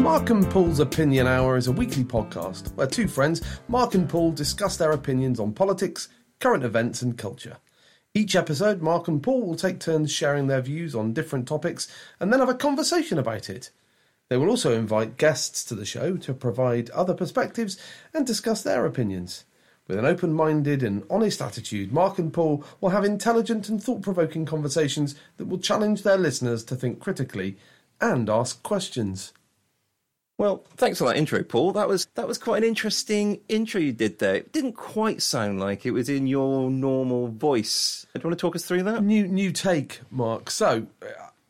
Mark and Paul's Opinion Hour is a weekly podcast where two friends, Mark and Paul, discuss their opinions on politics, current events, and culture. Each episode, Mark and Paul will take turns sharing their views on different topics and then have a conversation about it. They will also invite guests to the show to provide other perspectives and discuss their opinions. With an open minded and honest attitude, Mark and Paul will have intelligent and thought provoking conversations that will challenge their listeners to think critically and ask questions. Well, thanks for that intro, Paul. That was that was quite an interesting intro you did there. It didn't quite sound like it was in your normal voice. Do you want to talk us through that? New new take, Mark. So, uh,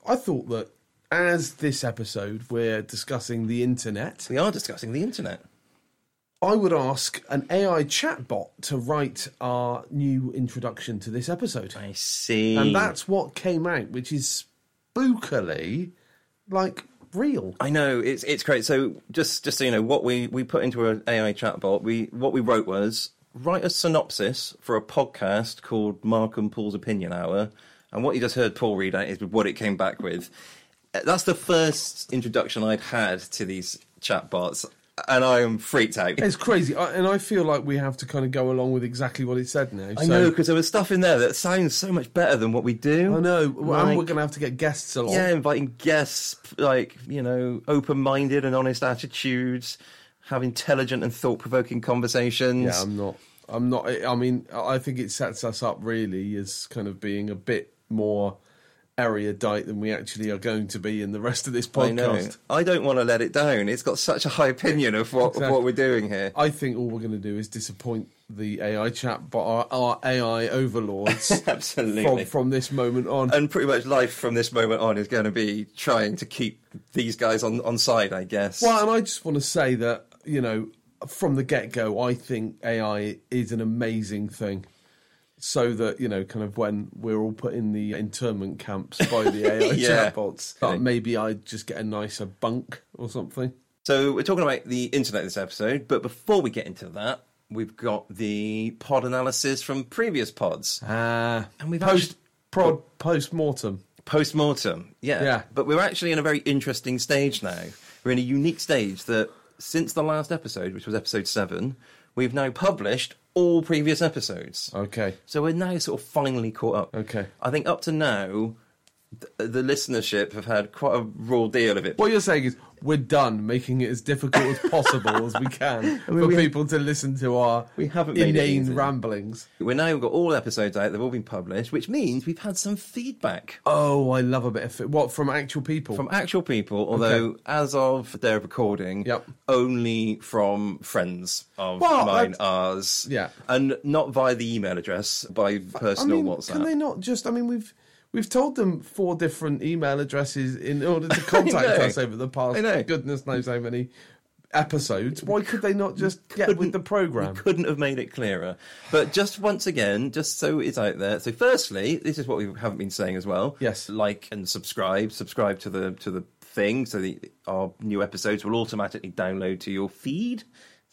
I thought that as this episode we're discussing the internet, We are discussing the internet. I would ask an AI chatbot to write our new introduction to this episode. I see. And that's what came out, which is spookily like real. I know it's it's great. So just just so you know, what we we put into an AI chatbot, we what we wrote was write a synopsis for a podcast called Mark and Paul's Opinion Hour, and what you just heard Paul read out is what it came back with. Uh, That's the first introduction I'd had to these chatbots, and I am freaked out. It's crazy, I, and I feel like we have to kind of go along with exactly what it said now. I know because there was stuff in there that sounds so much better than what we do. I know, and we're Like- going to have to get guests along. Yeah, inviting guests, like, you know, open minded and honest attitudes, have intelligent and thought provoking conversations. Yeah, I'm not. I'm not. I mean, I think it sets us up really as kind of being a bit more erudite than we actually are going to be in the rest of this I know. podcast. I don't want to let it down. It's got such a high opinion of what, of what we're doing here. I, think all we're going to do is disappoint the AI chat, but our, our AI overlords from, Absolutely. from this moment on. and pretty much life from this moment on is going to be trying to keep these guys on, on side, I guess. Well, and I just want to say that you know, from the get go, I think AI is an amazing thing. So that you know, kind of when we're all put in the internment camps by the AI Yeah. chatbots, that maybe I'd just get a nicer bunk or something. So we're talking about the internet this episode, but before we get into that, we've got the pod analysis from previous pods. Ah, And we've post actually- prod post mortem. post mortem. Yeah. Yeah. But we're actually in a very interesting stage now. We're in a unique stage that since the last episode, which was episode seven, we've now published all previous episodes. Okay, So we're now sort of finally caught up. Okay. I think up to now, th- the listenership have had quite a raw deal of it. what you're saying is we're done making it as difficult as possible as we can for we- people to listen to our We haven't made it easy. inane ramblings. We're now we've got all episodes out; they've all been published, which means we've had some feedback Oh, I love a bit of what from actual people. from actual people. Although, as of their recording, Yep. only from friends of Well, mine, that's- ours, Yeah. and not via the email address, by personal WhatsApp. Can they not just? I mean, we've we've told them four different email addresses in order to contact know. us over the past I know. goodness knows how many episodes. Why could they not just get with the program? couldn't have made it clearer. But just once again, just so it's out there. So, firstly, this is what we haven't been saying as well. Yes. like and subscribe. Subscribe to the to the thing, so the, our new episodes will automatically download to your feed.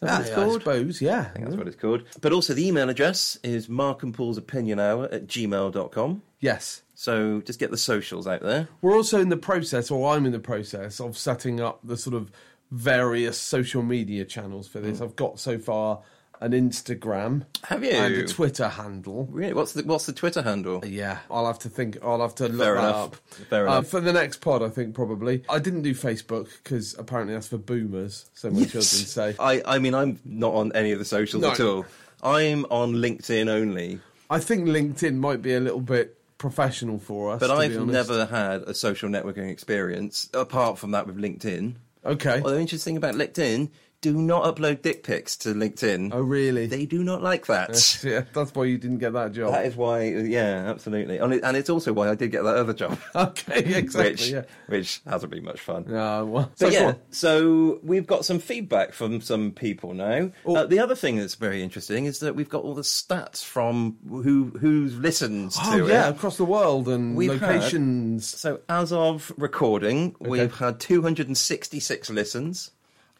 Is that what it's Yeah, I called? suppose, yeah. That's what it's called. But also, the email address is Mark and Paul's Opinion Hour at gmail.com. Yes. So just get the socials out there. We're also in the process, or I'm in the process, of setting up the sort of various social media channels for Mm. this. I've got so far an Instagram Have you? and a Twitter handle. Really? What's the What's the Twitter handle? Yeah, I'll have to think. I'll have to look Fair that enough. up. Fair Uh, enough. for the next pod, I think probably. I didn't do Facebook because apparently that's for boomers. So my children say. I I mean, I'm not on any of the socials No. at all. I'm on LinkedIn only. I think LinkedIn might be a little bit professional for us. But to be I've honest. never had a social networking experience apart from that with LinkedIn. Okay. Although interesting about LinkedIn, do not upload dick pics to LinkedIn. Oh really? They do not like that. yeah, that's why you didn't get that job. that is why, yeah, absolutely. And, it, and it's also why I did get that other job, okay, exactly. which yeah. which hasn't been much fun. No, well, So so go yeah, on. so we've got some feedback from some people now. Oh. Uh, the other thing that's very interesting is that we've got all the stats from who who listens Oh to yeah, it. across the world and We've had- locations. So as of recording, we've had 266 listens.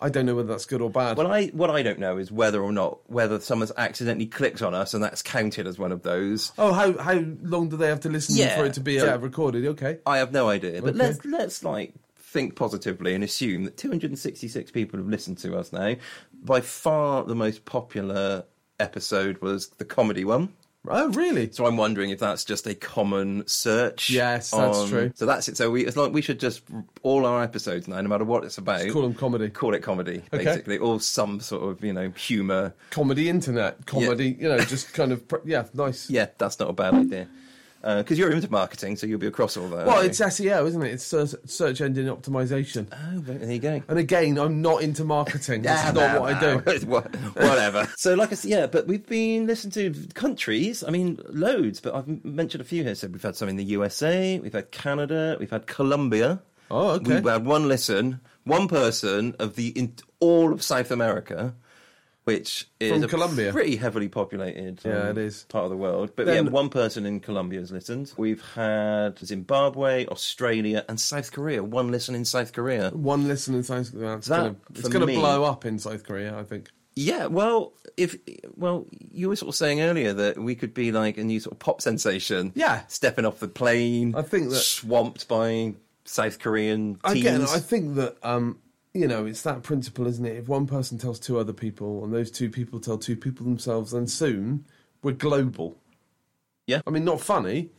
I don't know whether that's good or bad. Well, I what I don't know is whether or not whether someone's accidentally clicked on us and that's counted as one of those. oh, how how long do they have to listen Yeah. for it to be So- uh, recorded? Okay. I have no idea, but Okay. let's let's like think positively and assume that 266 people have listened to us now. By far, the most popular episode was the comedy one. Oh, really? So I'm wondering if that's just a common search. Yes, that's on- true. So that's it. So we, it's like we should just all our episodes now, no matter what it's about, call 'em comedy. Call it comedy, Okay. basically, or some sort of you know humour. Comedy internet comedy. You know, just kind of pr- yeah, nice. Yeah, that's not a bad idea. Because you're into marketing, so you'll be across all that. Well, aren't it's you? SEO, isn't it? It's ser- search engine optimization. oh, right, there you go. And again, I'm not into marketing. This is not what I do. do. Whatever. so, like I said, yeah, but we've been listening to countries. I mean, loads, but I've m- mentioned a few here. So, we've had some in the USA, we've had Canada, we've had Colombia. Oh, okay. We've had one listen, one person of the in, all of South America, which is From a Colombia. pretty heavily populated. Yeah, um, it is. part of the world. But Then- yeah, one person in Colombia has listened. We've had Zimbabwe, Australia, and South Korea. One listen in South Korea. One listen in South Korea. It's That, gonna, it's for gonna me- blow up in South Korea, I think. Yeah, well, if well, you were sort of saying earlier that we could be like a new sort of pop sensation. Yeah. stepping off the plane. I think that- swamped by South Korean teens. Again, I think that um, you know it's that principle, isn't it? If one person tells two other people, and those two people tell two people themselves, then soon we're global. Yeah. I mean, not funny,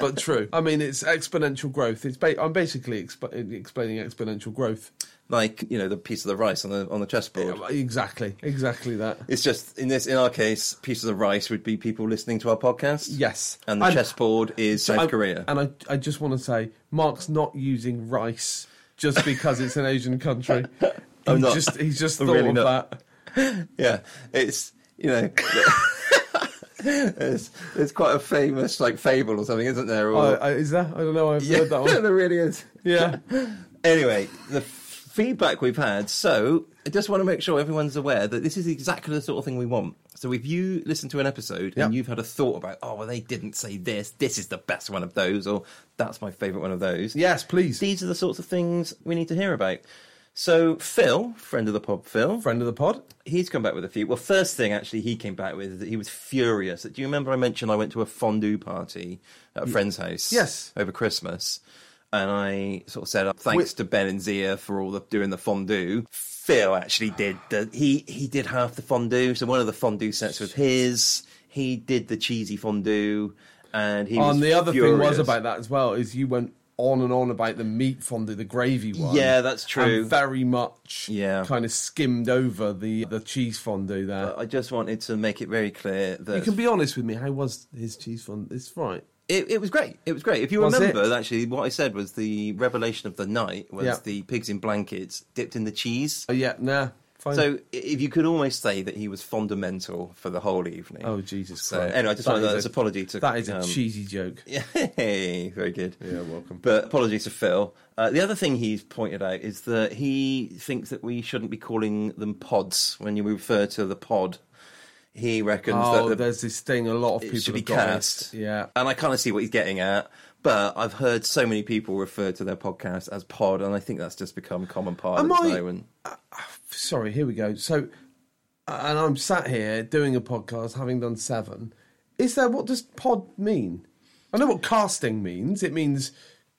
but true. I mean, it's exponential growth. It's ba- I'm basically exp- explaining exponential growth. like you know the piece of the rice on the on the chessboard. Exactly, exactly that. It's just in this in our case, pieces of rice would be people listening to our podcast. Yes, and the And- chessboard is South I- Korea. And I, I just want to say, Mark's not using rice just because it's an Asian country. I'm He not. Just, he's just I'm thought really of not. that. yeah, it's you know. It's, it's quite a famous like fable or something, isn't there? Oh, Or, I- is that? I don't know. I've heard that Yeah, one. there really is. Yeah. Anyway, the f- feedback we've had. So I just want to make sure everyone's aware that this is exactly the sort of thing we want. So if you listen to an episode Yep. and you've had a thought about, oh, well, they didn't say this. This is the best one of those, or that's my favourite one of those. Yes, please. These are the sorts of things we need to hear about. So Phil, friend of the pod, Phil, Friend of the pod. he's come back with a few. Well, first thing actually he came back with is that he was furious. Do you remember I mentioned I went to a fondue party at a friend's house? Yes. Over Christmas. And I sort of said, thanks to Ben and Zia for all the doing the fondue. Phil actually did the, he he did half the fondue. So one of the fondue sets was his. He did the cheesy fondue, and he. was And the other thing was furious. about that as well is you went on and on about the meat fondue, the gravy one. Yeah, that's true. And very much Yeah. Uh, kind of skimmed over the, the cheese fondue there. I just wanted to make it very clear that you can be honest with me. How was his cheese fondue? It's right. It, it was great. It was great. If you Was remember, actually, what I said was the revelation of the night was Yeah. the pigs in blankets dipped in the cheese. Oh, yeah, nah. Fine. So i- if you could almost say that he was fundamental for the whole evening. oh, Jesus So Christ. anyway, I just That wanted is that a- as apology to That is a um, cheesy joke. Hey, very good. Yeah, welcome. But apologies to Phil. Uh, the other thing he's pointed out is that he thinks that we shouldn't be calling them pods when you refer to the pod. He reckons Oh, that the there's this thing a lot of people it should be have got. cast. Yeah. And I kind of see what he's getting at, but I've heard so many people refer to their podcast as pod, and I think that's just become common part Am of I- the moment. sorry, here we go. So, and I'm sat here doing a podcast, having done seven. Is there what does pod mean? I know what casting means. It means,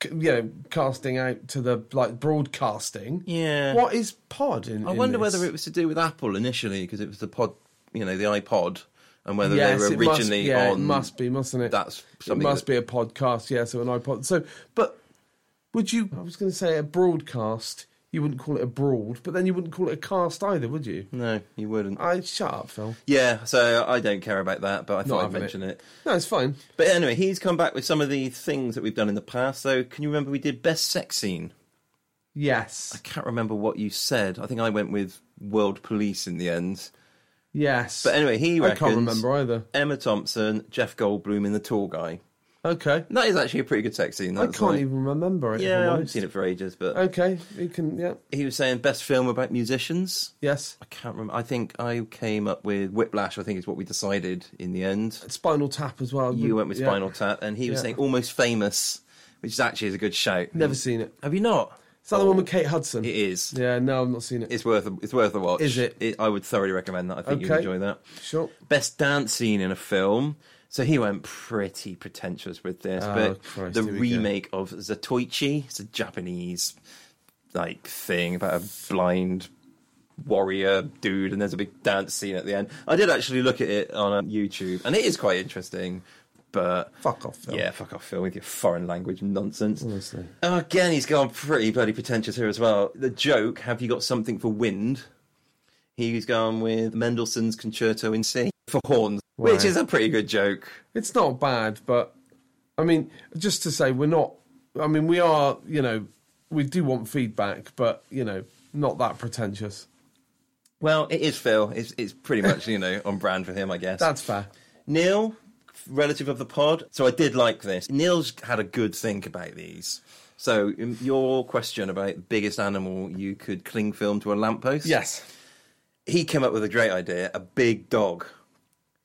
c- you know, casting out to the like broadcasting. Yeah. What is pod? In I in wonder this? whether it was to do with Apple initially, because it was the pod, you know, the iPod, and whether Yes, they it were originally must, yeah, on. it must be, mustn't it? that's it something must that- be a podcast. Yeah, so an iPod. So, but would you? I was going to say a broadcast. You wouldn't call it a broad, but then you wouldn't call it a cast either, would you? No, you wouldn't. I shut up, Phil. Yeah, so I don't care about that, but I Not thought I'd having mention it. No, it's fine. But anyway, he's come back with some of the things that we've done in the past. So, can you remember we did best sex scene? Yes. I can't remember what you said. I think I went with World Police in the end. Yes. But anyway, he I reckons can't remember either. Emma Thompson, Jeff Goldblum in The Tall Guy. Okay. And that is actually a pretty good sex scene. I that's can't like- even remember Oh. it. if I'm Yeah, I've honest. seen it for ages, but Okay, you can. Yeah. he was saying best film about musicians. Yes. I can't remember. I think I came up with Whiplash. I think is what we decided in the end. Spinal Tap as well. You went with Mm, Yeah. Spinal Tap, and he was Yeah. saying Almost Famous, which is actually is a good shout. Never seen it. Have you not? Is that the one with Kate Hudson? It is. Yeah, no, I've not seen it. It's worth a, it's worth a watch. Is it? I would thoroughly recommend that. I think you'd Okay. enjoy that. Sure. Best dance scene in a film. So he went pretty pretentious with this, Oh, but Christ, the here we go. remake of Zatoichi, it's a Japanese like thing about a blind warrior dude, and there's a big dance scene at the end. I did actually look at it on um, YouTube, and it is quite interesting. But Fuck off, Phil. yeah, fuck off, Phil, with your foreign language nonsense. Honestly. Oh, again, he's gone pretty bloody pretentious here as well. The joke, have you got something for wind? He's gone with Mendelssohn's Concerto in C for horns, which Right. is a pretty good joke. It's not bad, but I mean, just to say, we're not. I mean, we are. You know, we do want feedback, but you know, not that pretentious. Well, it is Phil. It's, it's pretty much, you know, on brand for him, I guess. That's fair. Neil, relative of the pod. So I did like this. Neil's had a good think about these. So um, your question about biggest animal you could cling film to a lamppost. Yes. He came up with a great idea, a big dog.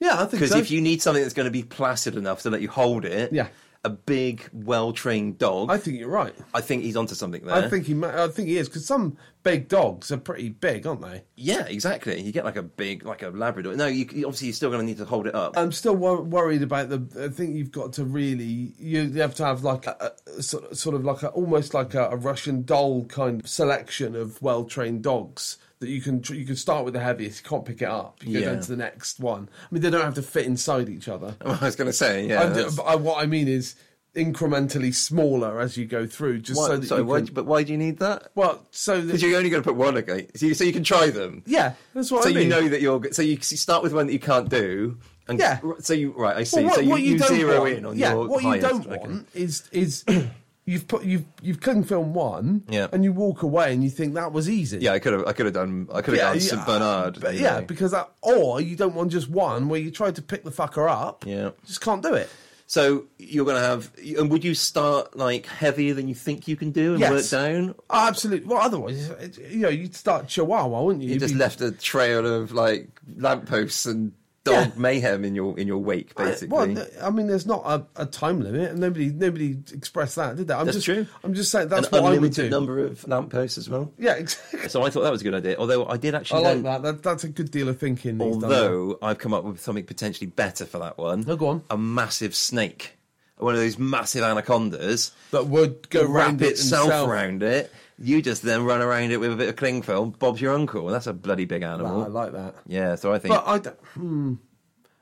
Yeah, I think Because so. if you need something that's going to be placid enough to let you hold it, Yeah. a big, well trained dog, I I, think you're right. think he's onto something there. I think he. ma- I think he is because some big dogs are pretty big, aren't they? yeah, exactly. You get like a big, like a Labrador. No, you, you- obviously you're still going to need to hold it up. I'm still wor- worried about the. I think you've got to really. You have to have like a, a sort sort of like a almost like a, a Russian doll kind of selection of well trained dogs that you can tr- you can start with the heaviest. You can't pick it up. You go Yeah. down to the next one. I mean, they don't have to fit inside each other. I was going to say, yeah. I'm ju- that's- but I, what I mean is incrementally smaller as you go through, just why, so that sorry, you why, can. but why do you need that? well, so that Because you're only going to put one, okay? So you, so you can try them. yeah, that's what So I mean. you know that you're. So you, you start with one that you can't do. And Yeah. So you right, I see. Well, what, so you, what you, you don't zero want, in on yeah, your what highest, you don't okay. want is is you've put you've you've cling film one, Yeah. and you walk away and you think that was easy. Yeah, I could have. I could have done. I could have Yeah, done yeah, St Bernard. But you yeah, know. because that, or you don't want just one where you try to pick the fucker up. Yeah. just can't do it. So you're going to have, and would you start like heavier than you think you can do and Yes. work down? Oh, absolutely. Well, otherwise, it- you know, you'd start Chihuahua, wouldn't you? You You'd just be- left a trail of like lampposts and dog Yeah. mayhem in your in your wake, basically. Well, th- I mean, there's not a, a time limit, and nobody nobody expressed that, did they? I'm That's just, true. I'm just saying An that's what I would do. unlimited number of lampposts as well. Yeah, exactly. So I thought that was a good idea. Although I did I actually like then- that. that. That's a good deal of thinking. he's done there. Although I've come up with something potentially better for that one. No, go on. A massive snake, one of those massive anacondas. that would go wrap round it itself itself. round it. You just then run around it with a bit of cling film. Bob's your uncle. That's a bloody big animal. Wow, I like that. yeah, so I think. But I don't, hmm.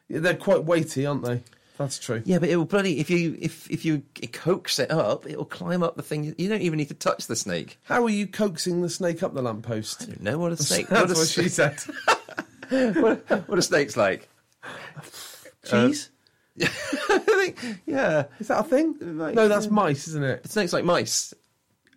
Yeah, they're quite weighty, aren't they? That's true. yeah, but it will bloody if you if if you coax it up, it will climb up the thing. You don't even need to touch the snake. How are you coaxing the snake up the lamppost? You know what a snake? That's what, a, what she said. what, a snake's like? Cheese? I think, yeah, Uh, is that a thing? Right. No, that's mice, isn't it? snakes like mice.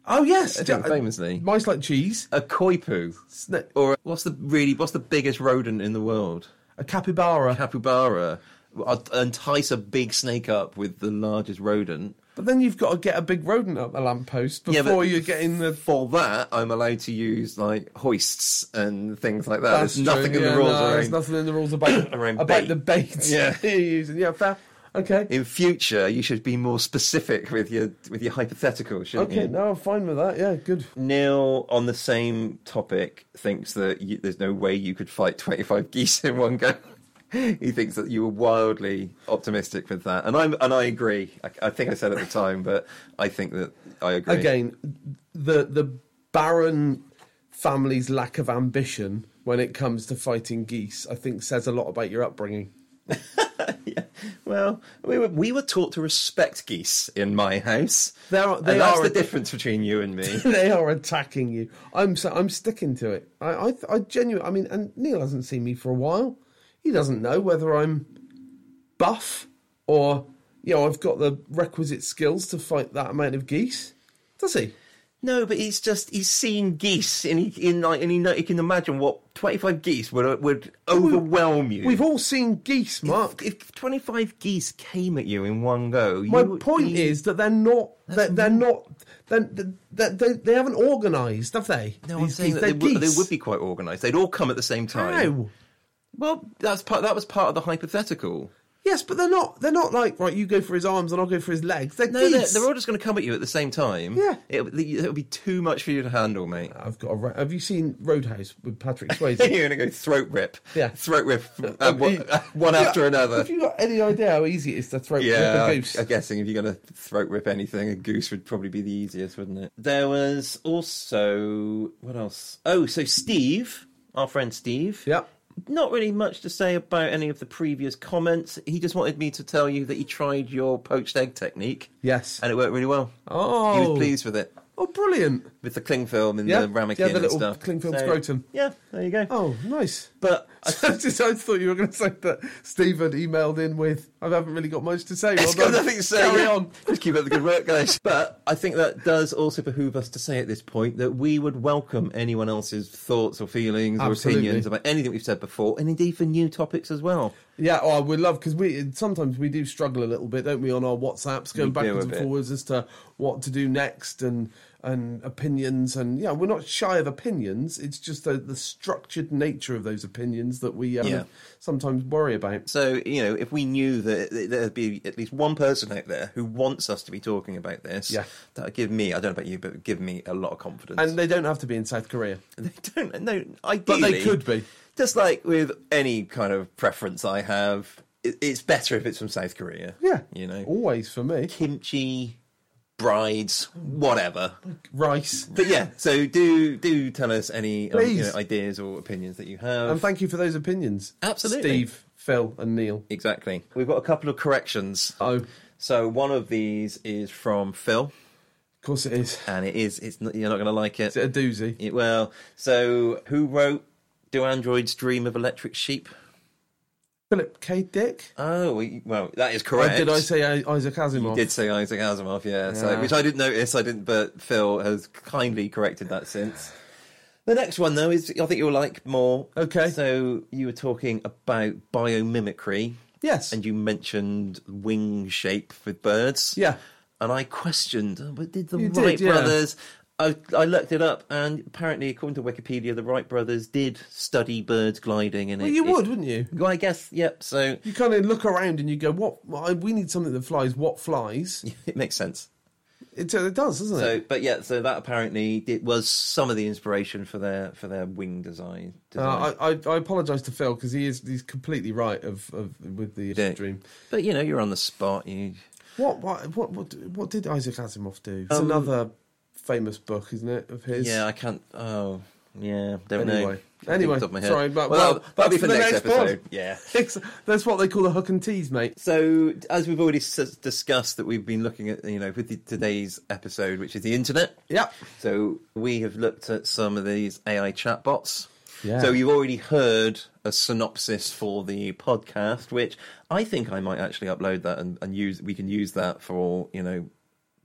Oh yes, I think yeah, famously. mice like cheese. A koi poo, Sna- or what's the really what's the biggest rodent in the world? a capybara. Capybara. I'd entice a big snake up with the largest rodent. but then you've got to get a big rodent up the lamppost Yeah, but- before you're getting the. for that, I'm allowed to use like hoists and things like that. That's true, Oh, There's nothing in yeah, the rules no, There's around. nothing in the rules about Around about bait. the bait Yeah. you're using. Yeah, fair. Okay. In future, you should be more specific with your with your hypothetical, shouldn't Okay. you? No, I'm fine with that. Yeah, good. Neil, on the same topic, thinks that you, there's no way you could fight 25 geese in one go. he thinks that you were wildly optimistic with that, and I'm and I agree. I, I think I said at the time, but I think that I agree. again the the Baron family's lack of ambition when it comes to fighting geese, I think, says a lot about your upbringing. Yeah. Well, we were we were taught to respect geese in my house. They are- they and that's are the a- difference between you and me. they are attacking you. I'm so, I'm sticking to it. I I, I genuinely. I mean, and Neil hasn't seen me for a while. He doesn't know whether I'm buff or you know I've got the requisite skills to fight that amount of geese. Does he? no, but he's just he's seen geese and he in like and he, know, he can imagine what twenty five geese would would overwhelm you. We've all seen geese, Mark. if twenty five geese came at you in one go, My you would point be- is that they're not. They're, they're not. They're, they're, they they haven't organised, have they? No, I'm These saying geese, that they're they, would, they geese. would be quite organised. They'd all come at the same time. How? Well, that's part. That was part of the hypothetical. Yes, but they're not. They're not like right. You go for his arms, and I'll go for his legs. They're No, they're, geese. they're all just going to come at you at the same time. Yeah. It'll, be- it'll be too much for you to handle, mate. I've got. A, ra- have you seen Roadhouse with Patrick You're Swayze? going to go throat rip. Yeah. Throat rip uh, one, one after another. Have you got any idea how easy it is to throw Yeah, a I- goose? I'm guessing if you're going to throat rip anything, a goose would probably be the easiest, wouldn't it? There was also what else? Oh, so Steve, our friend Steve. Yep. Not really much to say about any of the previous comments. He just wanted me to tell you that he tried your poached egg technique. Yes. And it worked really well. Oh. He was pleased with it. Oh, brilliant! With the cling film and Yeah, the ramekin yeah, the and little stuff. cling film scrotum. Yeah, there you go. Oh, nice. But I just I thought you were going to say that Stephen emailed in with, "I haven't really got much to say." Well It's got done. nothing to say. Carry yeah. on. Just keep up the good work, guys. But I think that does also behoove us to say at this point that we would welcome anyone else's thoughts or feelings Absolutely. or opinions about anything we've said before, and indeed for new topics as well. Yeah, oh, we love because we sometimes we do struggle a little bit, don't we, on our WhatsApps, going do a backwards and bit. forwards as to what to do next and and opinions and yeah, we're not shy of opinions. It's just the, the structured nature of those opinions that we um, Yeah. sometimes worry about. So you know, if we knew that that there'd be at least one person out there who wants us to be talking about this, Yeah. that would give me—I don't know about you—but it would give me a lot of confidence. And they don't have to be in South Korea. They don't. No, ideally, could be. Just like with any kind of preference I have, it, it's better if it's from South Korea. Yeah, you know, always for me, kimchi, brides, whatever. rice. But yeah, so do do tell us any um, you Please. Um, know, ideas or opinions that you have. And thank you for those opinions, Absolutely. Steve, Phil, and Neil. exactly. We've got a couple of corrections. Oh, of So one of these is from Phil, course it is. and it is. It's not, you're not going to like it. Is it a doozy? It- Well, so who wrote "Do Androids Dream of Electric Sheep"? Philip K. Dick. Oh we- well, that is Or correct. did I say I- Isaac Asimov? Did say Isaac Asimov, yeah. So, Yeah. which I didn't notice. I didn't, but Phil has kindly corrected that since. The next one, though, is I think you'll like more. Okay. So you were talking about biomimicry, Yes. and you mentioned wing shape with birds. Yeah. And I questioned, oh, but did the You did, Wright yeah. brothers? I, I looked it up, and apparently, according to Wikipedia, the Wright brothers did study birds gliding. And Well, it, you it- would, wouldn't you? Well, I guess, yep. So You kind of look around and you go, "What? well, We need something that flies. What flies?" it makes sense. It, uh, it does, doesn't So, it? but yeah, so that apparently it was some of the inspiration for their for their wing design. design. Uh, I, I I apologise to Phil because he is he's completely right of, of with the Yeah. dream. But you know, you're on the spot. You What what what what, what did Isaac Asimov do? It's another famous book, isn't it? Of his. Um, yeah, I can't. Oh, yeah, don't know. Anyway. Can't Anyway, think off the top of my head. sorry, but- well, well, that'll, that'll be that's for the next, next pod. episode. Yeah. It's- that's what they call the hook and tease, mate. So, as we've already s- discussed, that we've been looking at, you know, with the, today's episode, which is the internet. Yep. So, we have looked at some of these AI chatbots. Yeah. So, you've already heard a synopsis for the podcast, which I think I might actually upload that and, and use. We can use that for, you know,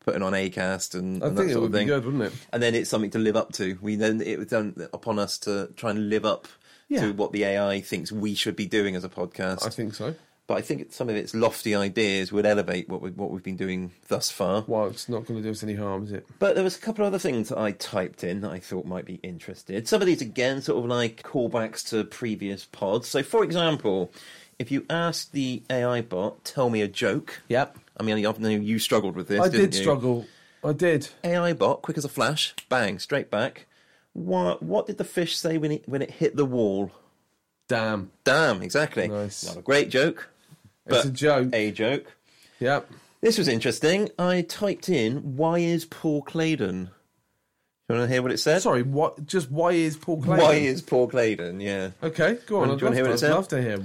putting on Acast and, I and think that it sort would of be thing. good, wouldn't it? And then it's something to live up to. We then it was done upon us to try and live up Yeah. to what the AI thinks we should be doing as a podcast I think so. but I think it's- some of its lofty ideas would elevate what we, what we've been doing thus far. Well, it's not going to do us any harm, is it? But there was a couple of other things that I typed in that I thought might be interested. Some of these again, sort of like callbacks to previous pods. So, for example, if you ask the AI bot, "Tell me a joke," Yep. I mean, I know you struggled with this. I didn't did you? struggle. I did. AI bot, quick as a flash, bang, straight back. What what did the fish say when it when it hit the wall? Damn. Damn, exactly. Nice. Not a great joke. It's but a joke. A joke. Yep. This was interesting. I typed in, why is Paul Claydon? Do you want to hear what it said? Sorry, what? Just why is Paul Clayton? Why is Paul Claydon? Yeah. Okay, go on. Do I'd you wanna love, hear what it I'd said? love to hear.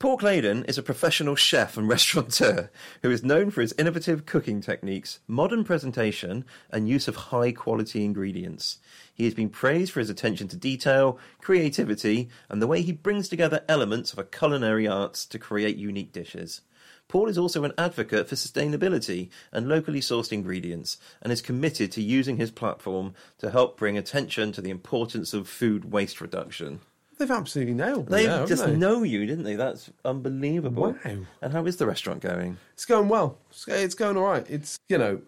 Paul Claydon is a professional chef and restaurateur who is known for his innovative cooking techniques, modern presentation, and use of high quality ingredients. He has been praised for his attention to detail, creativity, and the way he brings together elements of a culinary arts to create unique dishes. Paul is also an advocate for sustainability and locally sourced ingredients and is committed to using his platform to help bring attention to the importance of food waste reduction. They've absolutely nailed me. They there, haven't just they? know you, didn't they? That's unbelievable. Wow. And how is the restaurant going? It's going well. It's, it's going all right. It's you know,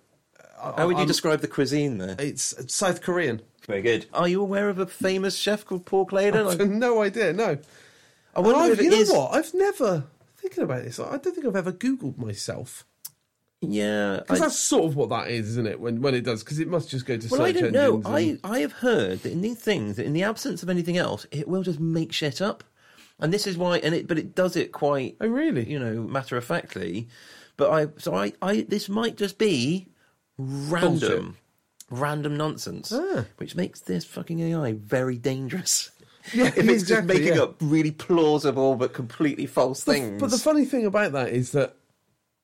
How would you I'm- describe the cuisine there? it's South Korean. Very good. Are you aware of a famous chef called Paul Claydon? no idea. No. I Well, wonder I've, if you it know is. what? I've never. I think thinking about this. I don't think I've ever Googled myself. Yeah, Because I- that's sort of what that is, isn't it? When when it does, because it must just go to Well, search I don't know. engines. I, I have heard that in these things, that in the absence of anything else, it will just make shit up, and this is why. And it, but it does it quite, Oh, really? you know, matter of factly. But I, so I, I, this might just be random, random nonsense, Ah. which makes this fucking AI very dangerous. Yeah, if it's just exactly, making yeah. up really plausible but completely false The f- things. But the funny thing about that is that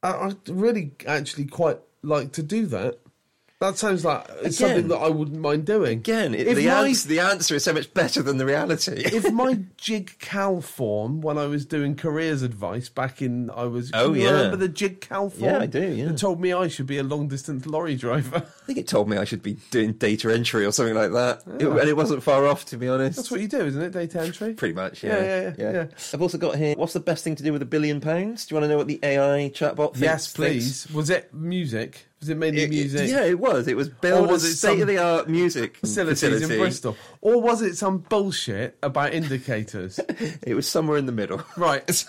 I, I really actually quite like to do that. That sounds like it's something Again. that I wouldn't mind doing. Again, it, if the, my ans- the answer is so much better than the reality. if my jig cal form when I was doing careers advice back in I was Oh, you yeah. remember the jig cal form Yeah, I do, yeah. that told me I should be a long distance lorry driver. I think it told me I should be doing data entry or something like that, It- and it wasn't far off, to be honest. Ah. That's what you do, isn't it? Data entry. Pretty much, Yeah, yeah. yeah, yeah, yeah. I've also got here. What's the best thing to do with a billion pounds? Do you want to know what the AI chatbot? Thinks, yes, thinks? please. Was it music? Was it mainly It- it- music? yeah, it was. It was built was as it a some state-of-the-art music Facilities facility. in Bristol, or was it some bullshit about indicators? It was somewhere in the middle. right,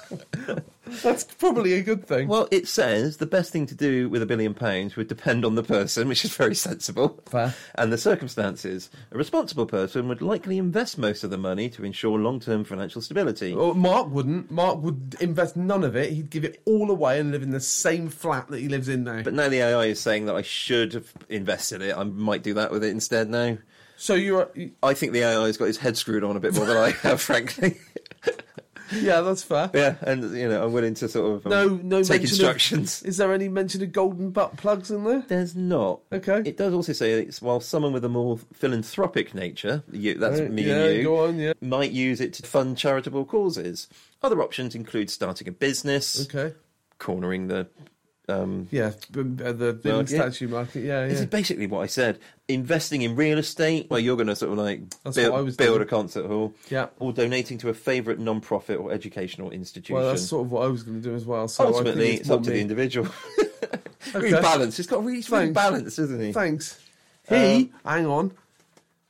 that's probably a good thing. Well, it says the best thing to do with a billion pounds would depend on the person, which is very sensible, Fair. and the circumstances. A responsible person would likely invest most of the money to ensure long-term financial stability. Well, Mark wouldn't. Mark would invest none of it. He'd give it all away and live in the same flat that he lives in now. But now the AI is saying that I should have invested it. I might do that with it instead now. so you're, I think the AI's got his head screwed on a bit more than I have, frankly. yeah, that's fair. yeah, and you know, I'm willing to sort of um, No, no take mention of- instructions. Is there any mention of golden butt plugs in there? There's not. Okay. It does also say that it's while someone with a more philanthropic nature, you, that's Right, me yeah, and you, go on, yeah. might use it to fund charitable causes. Other options include starting a business, Okay. cornering the. Um, Yeah, b- b- uh, the bin Market. statue market. Yeah, This yeah. is basically what I said. Investing in real estate, where you're going to sort of like That's build, what I was build doing. a concert hall, Yeah. or donating to a favourite non-profit or educational institution. Well, that's sort of what I was going to do as well. So I Ultimately, think it's, it's, up more to the me. individual. Really balanced. He's got really really Thanks. balanced, isn't he? Thanks. Uh, He, hang on.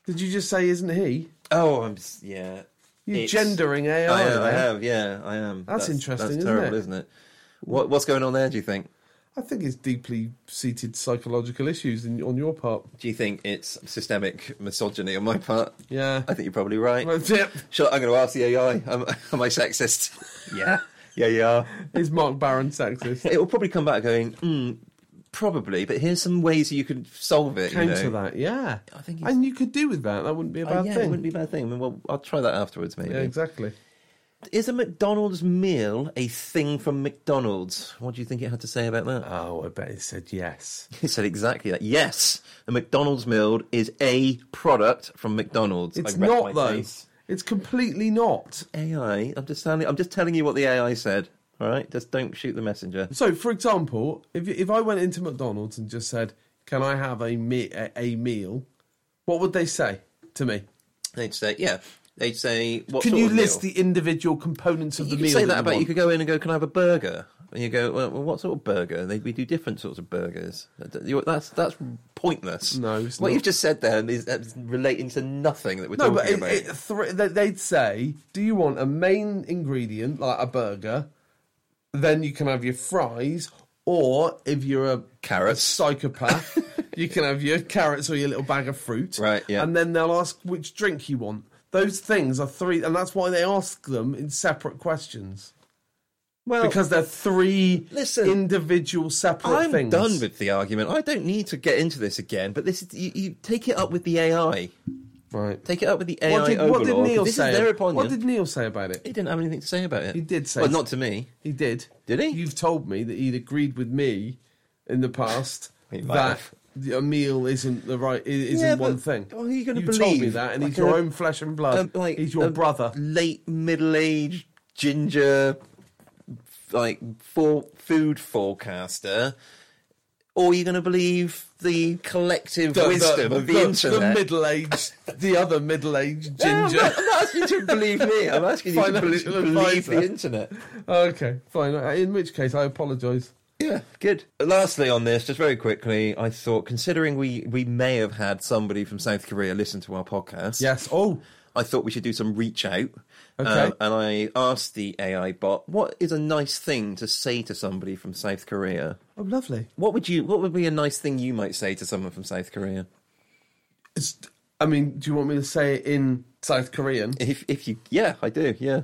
Did you just say isn't he? Oh, I'm s- yeah. You're It's- gendering AI. I am, there. I have, yeah, I am. That's interesting, That's isn't terrible, it? isn't it? What, what's going on there? Do you think? I think it's deeply seated psychological issues in, on your part. Do you think it's systemic misogyny on my part? Yeah. I think you're probably right. Well, yep. Sure, I'm going to ask the AI. Am, am I sexist? yeah, yeah, yeah. Is Mark Barron sexist? It will probably come back going, mm, probably, but here's some ways you could solve it. Counter you know. that, yeah. I think he's- and you could do with that. That wouldn't be a Oh, bad yeah, it thing. wouldn't be a bad thing. I mean, well, I'll try that afterwards, maybe. yeah, exactly. Is a McDonald's meal a thing from McDonald's? What do you think it had to say about that? Oh, I bet it said yes. It said exactly that. Yes, a McDonald's meal is a product from McDonald's. It's I wrecked my not though. face. It's completely not. AI. I'm just telling. I'm just telling you what the AI said. All right, just don't shoot the messenger. So, for example, if if I went into McDonald's and just said, "Can I have a me- a, a meal?" What would they say to me? They'd say, yeah. They'd say, what Can sort you of list meal? the individual components of You the could meal? say that about. you You want? could go in and go, can I have a burger? And you go, well, well, what sort of burger? They, we do different sorts of burgers. You- That's that's pointless. No, it's what not. you've just said there is that's relating to nothing that we're No, talking but it, about. it, thr- they- they'd say, "Do you want a main ingredient like a burger? Then you can have your fries, or if you're a Carrots. a psychopath, you can have your carrots or your little bag of fruit. Right, yeah. And then they'll ask which drink you want. Those things are three, and that's why they ask them in separate questions well, because they're three Listen, individual separate I'm things. done with the argument. I don't need to get into this again. But this is you, you take it up with the AI. right. Take it up with the AI what, did, what overlord. did Neil this say? is their opinion. What did Neil say about it? He didn't have anything to say about it. He did say well, so. not to me. He did. Did he? You've told me that he'd agreed with me in the past He might that have. the- a meal isn't the right i- isn't Yeah, one but- thing. well, who are you gonna told me believe? that, and Like he's your a- own flesh and blood. Um, like he's your a brother. late middle-aged ginger, like for food forecaster. Or are you going to believe the collective wisdom of the, internet? middle aged, the other middle aged Yeah, I'm, ginger. not, I'm not asking you to believe me. I'm asking you to believe, Financial believe the advisor. internet. okay, fine. In which case, I apologise. Yeah, good. Lastly, on this, just very quickly, I thought considering we we may have had somebody from South Korea listen to our podcast. Yes. Oh, I thought we should do some reach out. Okay. Um, and I asked the AI bot, "What is a nice thing to say to somebody from South Korea? Oh, lovely. What would you? What would be a nice thing you might say to someone from South Korea It's, I mean, do you want me to say it in South Korean? if if you? Yeah, I do. Yeah,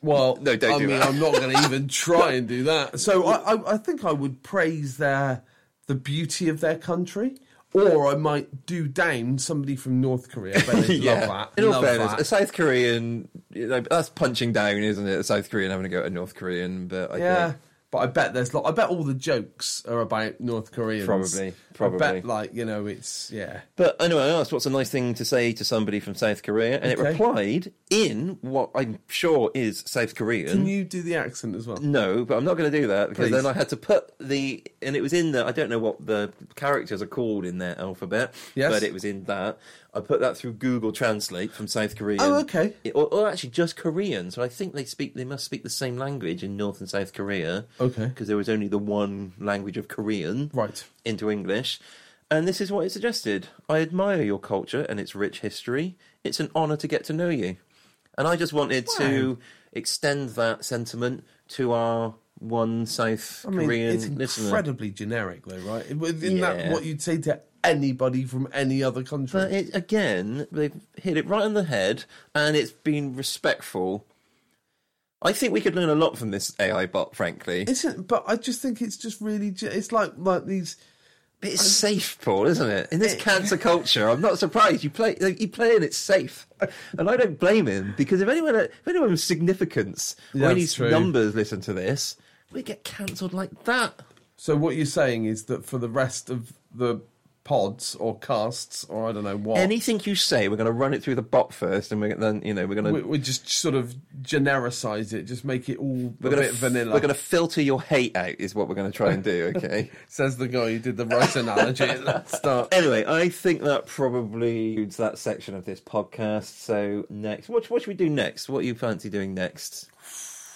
Well, No, don't I do mean, that. I'm not going to even try and do that. So I, I, I think I would praise their the beauty of their country, or I might do down somebody from North Korea. I bet they'd love that. In all love fairness, that. a South Korean you know, that's punching down, isn't it? A South Korean having to go at a North Korean, but I yeah. think But I bet there's lot. I bet all the jokes are about North Koreans. Probably, I probably. bet, like you know, it's yeah. But anyway, I asked what's a nice thing to say to somebody from South Korea, and it Okay. replied in what I'm sure is South Korean. Can you do the accent as well? No, but I'm not going to do that because Please. then I had to put the and it was in the I don't know what the characters are called in their alphabet, Yes. but it was in that. I put that through Google Translate from South Korean. Oh, okay. It- or, or actually just Korean. So I think they speak they must speak the same language in North and South Korea. Okay. Because there was only the one language of Korean Right. into English. And this is what it suggested. I admire your culture and its rich history. It's an honour to get to know you. And I just wanted to extend that sentiment to our one South I mean, Korean it's listener. incredibly generic, though, right? Isn't that Yeah. what you'd say to anybody from any other country? But Uh, it, again, they've hit it right on the head and it's been respectful. I think we could learn a lot from this AI bot, frankly. Isn't, but I just think it's just really. ge- It's like like these. But it's safe, Paul, isn't it? In this cancer culture, I'm not surprised you play. You play and it's safe, and I don't blame him because if anyone, if anyone with significance Yeah, or any that's true. numbers listen to this, we get cancelled like that. So what you're saying is that for the rest of the pods or casts or I don't know what, Anything you say, we're going to run it through the bot first, and we're then you know we're going we, to we just sort of genericize it, just make it all a we're going bit to vanilla. We're going to filter your hate out, is what we're going to try and do. Okay. Says the guy who did the rice analogy at the start. Anyway, I think that probably concludes that section of this podcast. So next, what, what should we do next? What you fancy doing next?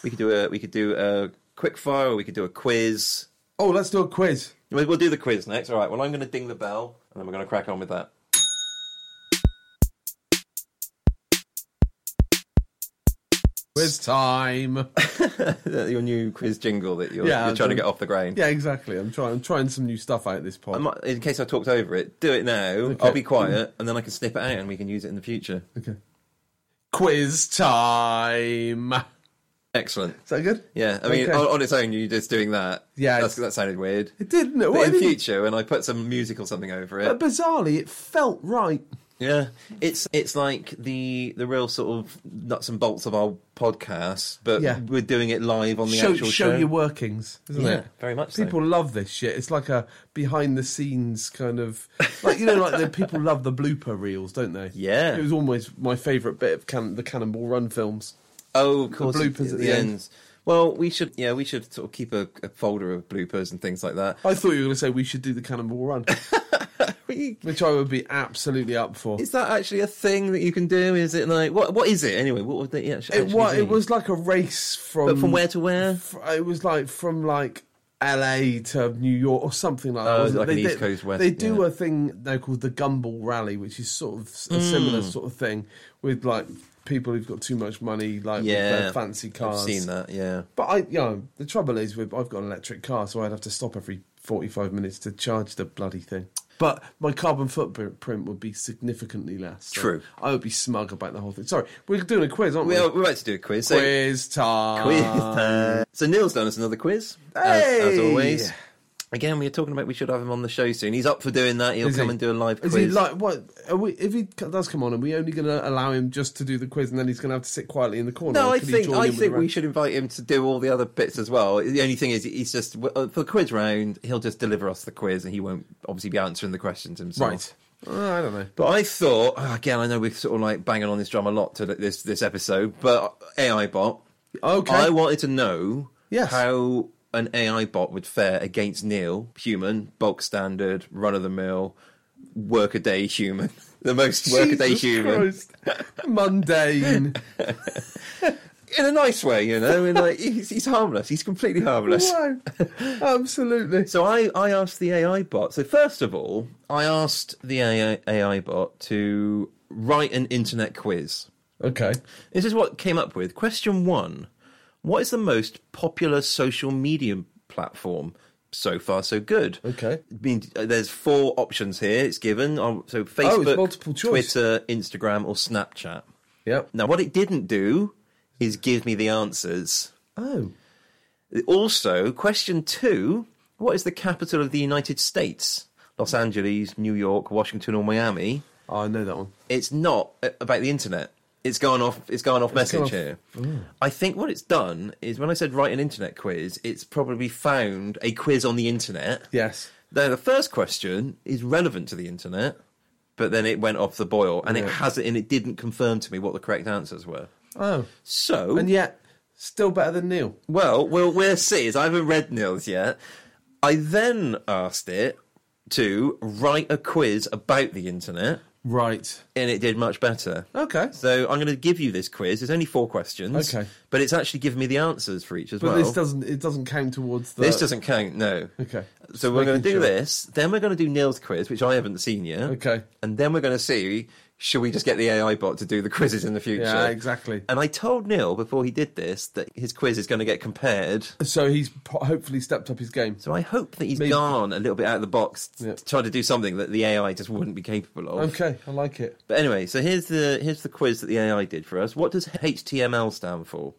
We could do a we could do a quick fire. Or we could do a quiz. Oh, let's do a quiz. We'll we'll do the quiz next. All right. Well, I'm going to ding the bell, and then we're going to crack on with that. Quiz time. Your new quiz jingle that you're, Yeah, you're trying to I'm- get off the ground. yeah, exactly. I'm trying. I'm trying some new stuff out this I pod. might, in case I talked over it, do it now. I'll be quiet, and then I can snip it out, and we can use it in the future. Okay. Quiz time. Is Excellent. that good? Yeah, I mean, Okay. on, on its own, you just doing that. Yeah, That's, it's- that sounded weird. It didn't. It? But Why in didn't- future, when I put some music or something over But it, bizarrely, it felt right. yeah, it's it's like the the real sort of nuts and bolts of our podcast, but Yeah. we're doing it live on the show, actual show show. your workings, isn't Yeah, it? very much so. People love this shit. It's like a behind the scenes kind of, like you know, like the people love the blooper reels, don't they? Yeah. it was always my favourite bit of can- the Cannonball Run films. oh, of course, bloopers at the end. ends. Well, we should yeah, we should sort of keep a, a folder of bloopers and things like that. I thought you were going to say we should do the Cannonball Run, which I would be absolutely up for. Is that actually a thing that you can do? Is it like what what is it anyway? What would they actually, It was, actually it be? was like a race from But from where to where? fr- it was like from like LA to New York or something like that. Oh, wasn't it? like an they, East they- Coast, West, They do yeah. a thing now called the Gumball Rally, which is sort of s- a Mm. similar sort of thing with like people who've got too much money, like with yeah, their fancy cars. I've seen that. Yeah, But I, you know, the trouble is, with I've got an electric car, so I'd have to stop every forty-five minutes to charge the bloody thing. But my carbon footprint would be significantly less. so True. I would be smug about the whole thing. Sorry, we're doing a quiz, aren't we? well, we're about to do a quiz. So quiz time. quiz time. So Neil's done us another quiz, as, as Um, Hey! always. Again, we were talking about we should have him on the show soon. He's up for doing that. He'll Is come he? and do a live Is he quiz. like what? Are we, if he c- does come on, are we only going to allow him just to do the quiz, and then he's going to have to sit quietly in the corner? no, or I can he think join I in with think the we rest? should invite him to do all the other bits as well. The only thing is, he's just uh, for the quiz round. He'll just deliver us the quiz, and he won't obviously be answering the questions himself. Right. Uh, I don't know. But I thought oh, again, I know we're sort of like banging on this drum a lot to this this episode, but AI bot. Okay. I wanted to know Yes. how an AI bot would fare against Neil, human, bulk standard, run of the mill, workaday human, the most workaday Jesus human. Christ. Mundane. In a nice way, you know, and like he's, he's harmless. He's completely harmless. wow. Absolutely. So I, I asked the AI bot. So first of all, I asked the AI, AI bot to write an internet quiz. Okay. This is what came up with. Question one What is the most popular social media platform? So far, so good. Okay. I mean, uh, there's four options here. It's given. Um, So Facebook, Oh, multiple choice. Twitter, Instagram, or Snapchat. Yep. Now, what it didn't do is give me the answers. Oh. Also, question two What is the capital of the United States? Los Angeles, New York, Washington, or Miami? Oh, I know that one. it's not uh, about the internet. It's gone off. It's gone off message gone off- Mm. here. I think what it's done is when I said write an internet quiz, it's probably found a quiz on the internet. Yes. Now the first question is relevant to the internet, but then it went off the boil and it Yeah. has it and it didn't confirm to me what the correct answers were. Oh. So And yet, still better than Neil. well, we'll we'll see. As I haven't read Neil's yet. I then asked it to write a quiz about the internet, Right. and it did much better. Okay. So I'm going to give you this quiz. There's only four questions. Okay. But it's actually giving me the answers for each as But well. this doesn't. It doesn't count towards the. This doesn't count, no. Okay. So we're going to making do sure. this. Then we're going to do Neil's quiz, which I haven't seen yet. Okay. And then we're going to see should we just get the AI bot to do the quizzes in the future? Yeah, exactly. And I told Neil before he did this that his quiz is going to get compared. So he's po- hopefully stepped up his game. So I hope that he's Maybe. gone a little bit out of the box t- Yeah. to try to do something that the AI just wouldn't be capable of. Okay, I like it. But anyway, so here's the here's the quiz that the AI did for us. What does HTML stand for?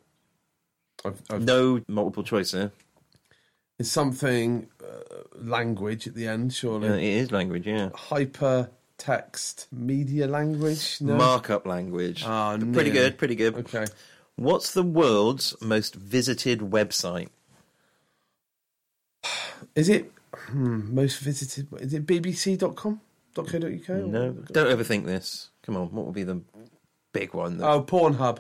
I've, I've, No multiple choice eh? here. It's something uh, language at the end, surely. Uh, it is language, yeah. Oh, Hyper text media language. No. Markup language. Ah, But pretty no. good, pretty good. okay. What's the world's most visited website? Is it hmm, most visited? Is it bbc.com? .co.uk? No, don't overthink this. Come on, what will be the big one? that- Oh, Pornhub.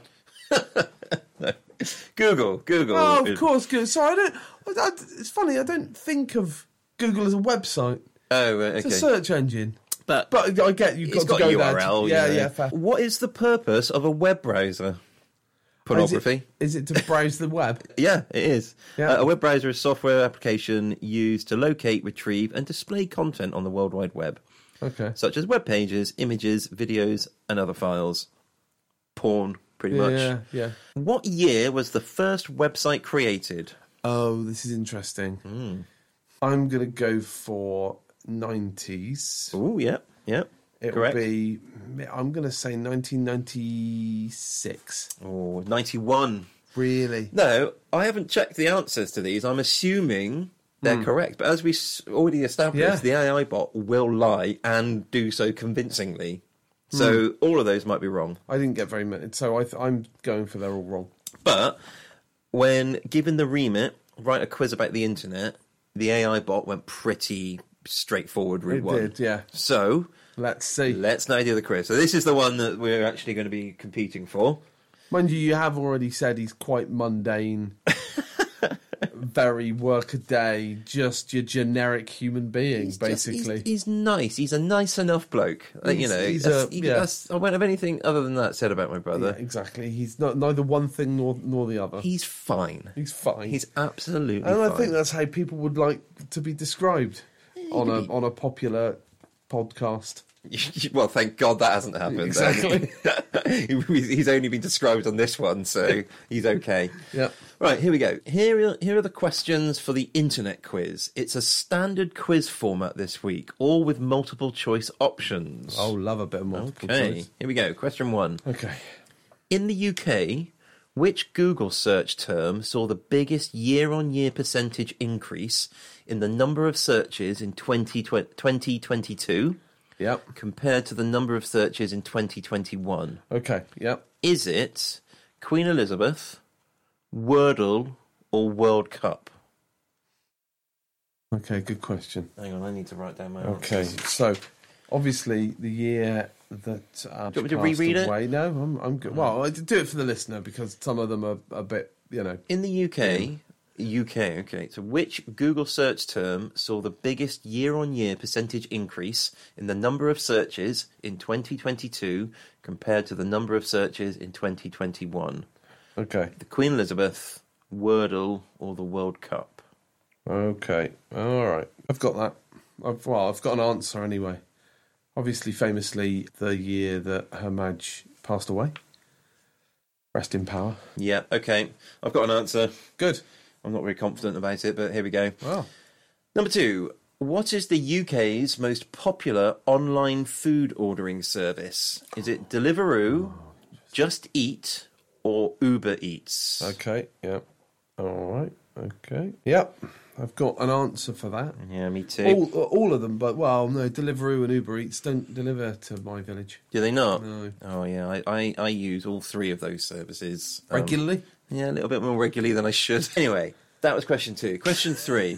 Google, Google. Oh, of course, Google. Sorry, I don't. I, I, it's funny. I don't think of Google as a website. Oh, right, It's okay. a search engine. but But I get you've it's got, got, to a go there. to- URL. yeah, you know. yeah. Fair. Oh, What is the purpose of a web browser? Is Pornography. it, is it to browse the web? Yeah, it is. Yeah. Uh, a web browser is a software application used to locate, retrieve, and display content on the World Wide Web, Okay. such as web pages, images, videos, and other files. Porn, pretty Yeah, much. yeah, yeah. What year was the first website created? Oh, this is interesting. I'm going to go for 90s. Oh, yeah, yeah. It will correct. be, I'm going to say 1996. Oh, 91. Really? No, I haven't checked the answers to these. I'm assuming they're Hmm. correct. But as we s- already established, the AI bot will lie and do so convincingly. So Hmm. all of those might be wrong. I didn't get very many. So I th- I'm going for they're all wrong. But when given the remit, write a quiz about the internet, the AI bot went pretty straightforward route It one. did, yeah. So Let's see. let's now do the quiz. So this is the one that we're actually going to be competing for. Mind you, you have already said he's quite mundane, very workaday, just your generic human being, Just- basically. he's, he's nice. He's a nice enough bloke. Uh, you He's- know, he's that's- a- he- yeah. that's- I won't have anything other than that said about my Yeah, brother. exactly. He's not neither one thing nor nor the other. He's fine. He's fine. He's absolutely and fine. I think that's how people would like to be described on a on a popular podcast. well, thank God that hasn't happened. then. Exactly. he's he's only been described on this one, so he's okay. Yep. Right, here we go. Here, are, here are the questions for the internet quiz. It's a standard quiz format this week, all with multiple choice options. Oh, love a bit of multiple okay, choice. here we go. Question one. Okay. In the UK, which Google search term saw the biggest year on year percentage increase in the number of searches in 2020 2022 Yep. compared to the number of searches in 2021? Okay. Yep. Is it Queen Elizabeth, Wordle, or World Cup? Okay. Good question. Hang on, I need to write down my Okay. answers. So, obviously, the year that uh, Do you want me to passed reread it? away, No, I'm I'm good. Well, I do it for the listener because some of them are a bit, you know. In the UK, UK, okay. So, which Google search term saw the biggest year-on-year percentage increase in the number of searches in 2022 compared to the number of searches in 2021? Okay. The Queen Elizabeth, Wordle, or the World Cup? Okay. All right. I've got that. I've, well, I've got an answer anyway. Obviously, famously, the year that Her Maj passed away. Rest in power. Yeah, okay. I've got an answer. Good. I'm not very confident about it, but here we go. Well, Number two, what is the UK's most popular online food ordering service? Is it Oh, Deliveroo, Just Eat, or Uber Eats? okay. Yeah. All right. Okay. Yep. I've got an answer for that. Yeah, me too. All, uh, all of them, but well, no. Deliveroo and Uber Eats don't deliver to my village Do they not? No. Oh, yeah. I, I, I use all three of those services. um, regularly. yeah, a little bit more regularly than I should. Anyway, that was question two. Question three.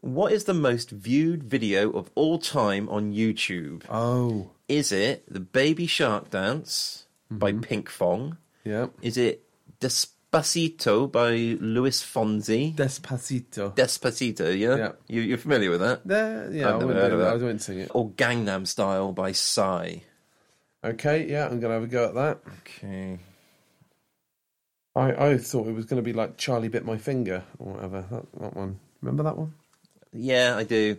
What is the most viewed video of all time on YouTube? Oh, Is it the Baby Shark Dance by Pink Fong? yeah. Is it Despacito by Luis Fonsi? Despacito. Despacito, yeah? Yeah, You, you're familiar with that? There, yeah, I've I never wouldn't Oh, heard do of that. that. I wouldn't sing it. Or Gangnam Style by Psy. Okay, yeah, I'm gonna have a go at that. Okay. I, I thought it was gonna be like Charlie bit my finger or whatever. That, that one. Remember that one? Yeah, I do.